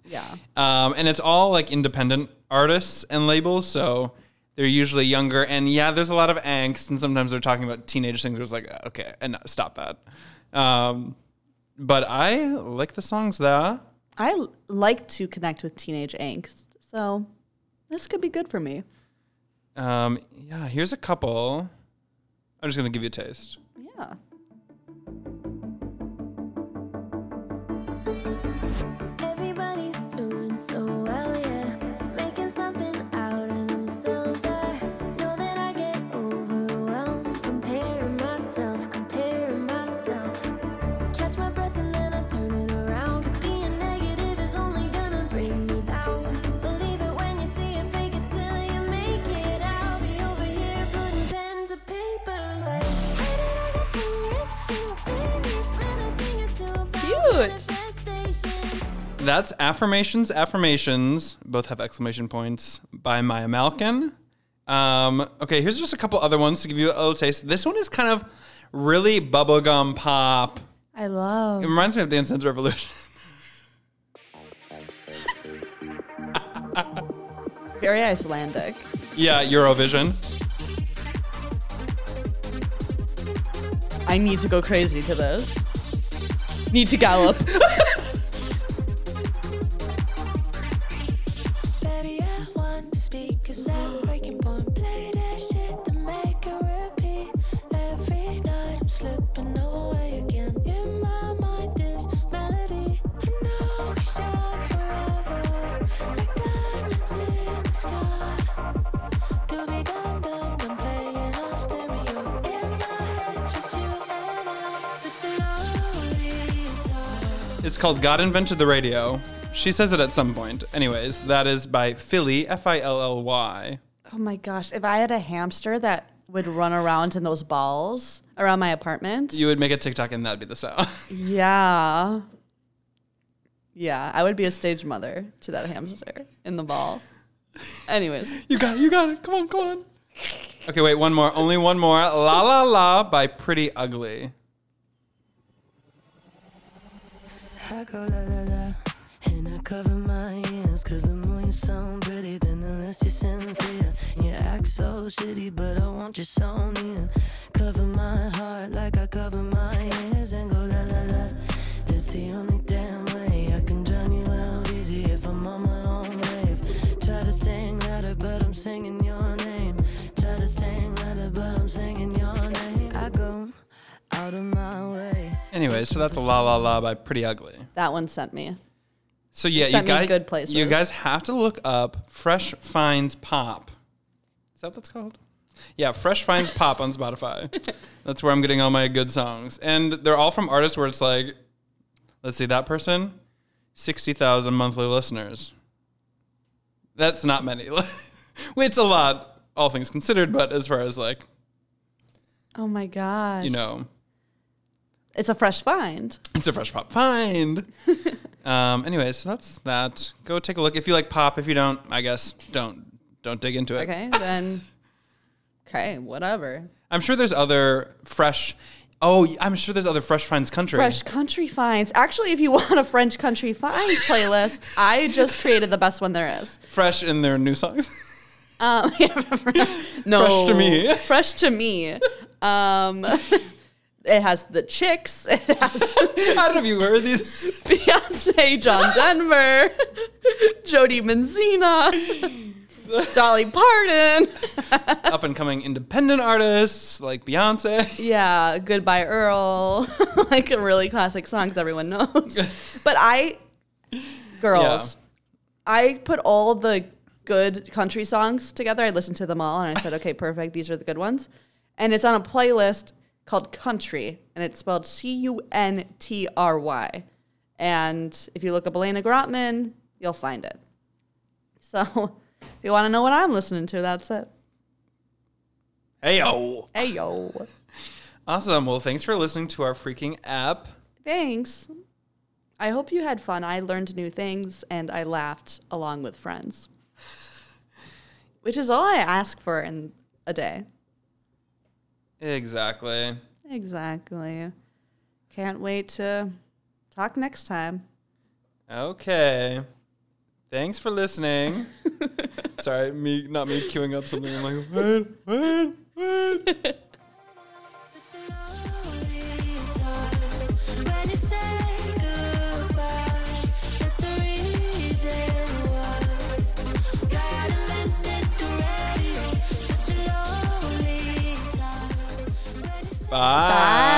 S3: yeah.
S1: Um, and it's all like independent artists and labels. So they're usually younger. And yeah, there's a lot of angst. And sometimes they're talking about teenage things. It was like, uh, okay, and stop that. Um, but I like the songs there.
S3: I l- like to connect with teenage angst. So this could be good for me.
S1: Um, yeah, here's a couple. I'm just gonna give you a taste.
S3: Yeah.
S7: Everybody's doing so well, yeah. Making something out of themselves. I know that I get overwhelmed. Comparing myself, comparing myself. Catch my breath and then I turn it around. Cause being negative is only gonna bring me down. Believe it when you see it, fake it till you make it. I'll be over here putting pen to paper. Like, how did I get so rich and famous? When I think it's too about
S3: Cute.
S7: manifestation.
S1: That's affirmations. Affirmations both have exclamation points by Maya Malkin. Um, okay, here's just a couple other ones to give you a little taste. This one is kind of really bubblegum pop.
S3: I love.
S1: It reminds me of Dance Dance Revolution.
S3: Very Icelandic.
S1: yeah, Eurovision.
S3: I need to go crazy to this. Need to gallop.
S7: Baby, I want to speak cause I'm breaking point. Play that shit to make a repeat. Every night I'm slipping away again. In my mind, this melody. I know we shine forever. Like diamonds in the sky. Do be dum dum dum playing on stereo. In my head, just you and I. Such a lonely time.
S1: It's called God Invented the Radio. She says it at some point. Anyways, that is by Philly, F I L L Y.
S3: oh my gosh. If I had a hamster that would run around in those balls around my apartment.
S1: You would make a TikTok and that'd be the sound.
S3: Yeah. Yeah. I would be a stage mother to that hamster in the ball. Anyways.
S1: You got it, you got it. Come on, come on. Okay, wait, one more. Only one more. La La La by Pretty Ugly.
S7: I go la la la, and I cover my ears. Cause the more you sound pretty, then the less you're sincere. And you act so shitty, but I want you so near. Cover my heart like I cover my ears, and go la la la. That's the only damn way I can drown you out easy if I'm on my own wave. Try to sing louder, but I'm singing your name. Try to sing louder, but I'm singing your name. I go out of my way.
S1: Anyway, so that's La La La by Pretty Ugly.
S3: That one sent me.
S1: So yeah, you
S3: Sent me
S1: guys,
S3: good places.
S1: you guys have to look up Fresh Finds Pop. Is that what that's called? Yeah, Fresh Finds Pop on Spotify. That's where I'm getting all my good songs, and they're all from artists where it's like, let's see, that person, sixty thousand monthly listeners. That's not many. Well, it's a lot, all things considered. But as far as like
S3: Oh my gosh.
S1: you know,
S3: It's a fresh find.
S1: It's a fresh pop find. um, anyway, so that's that. Go take a look. If you like pop, if you don't, I guess don't don't dig into it.
S3: Okay. Then Okay, whatever.
S1: I'm sure there's other fresh. Oh, I'm sure there's other fresh finds country.
S3: Fresh country finds. Actually, if you want a French country finds playlist, I just created the best one there is.
S1: Fresh in their new songs.
S3: Um, no,
S1: Fresh to me.
S3: Fresh to me. Um, it has the chicks. It has
S1: I don't know if you heard these.
S3: Beyonce, John Denver, Jody Manzina, Dolly Parton.
S1: Up and coming independent artists like Beyonce.
S3: Yeah, Goodbye Earl, like a really classic songs everyone knows. But I, girls, I put all the good country songs together. I listened to them all and I said, okay, perfect. These are the good ones. And it's on a playlist called Country and it's spelled C U N T R Y. And if you look up Elena Grotman, you'll find it. So if you want to know what I'm listening to, that's it.
S1: Hey yo.
S3: Hey, yo.
S1: Awesome. Well, thanks for listening to our freaking app.
S3: Thanks. I hope you had fun. I learned new things and I laughed along with friends, which is all I ask for in a day.
S1: Exactly.
S3: Exactly. Can't wait to talk next time.
S1: Okay. Thanks for listening. Sorry, me not me queuing up something. I'm like, what, what, what?
S7: Such a lonely time when you say goodbye. That's the reason why God invented
S1: Bye.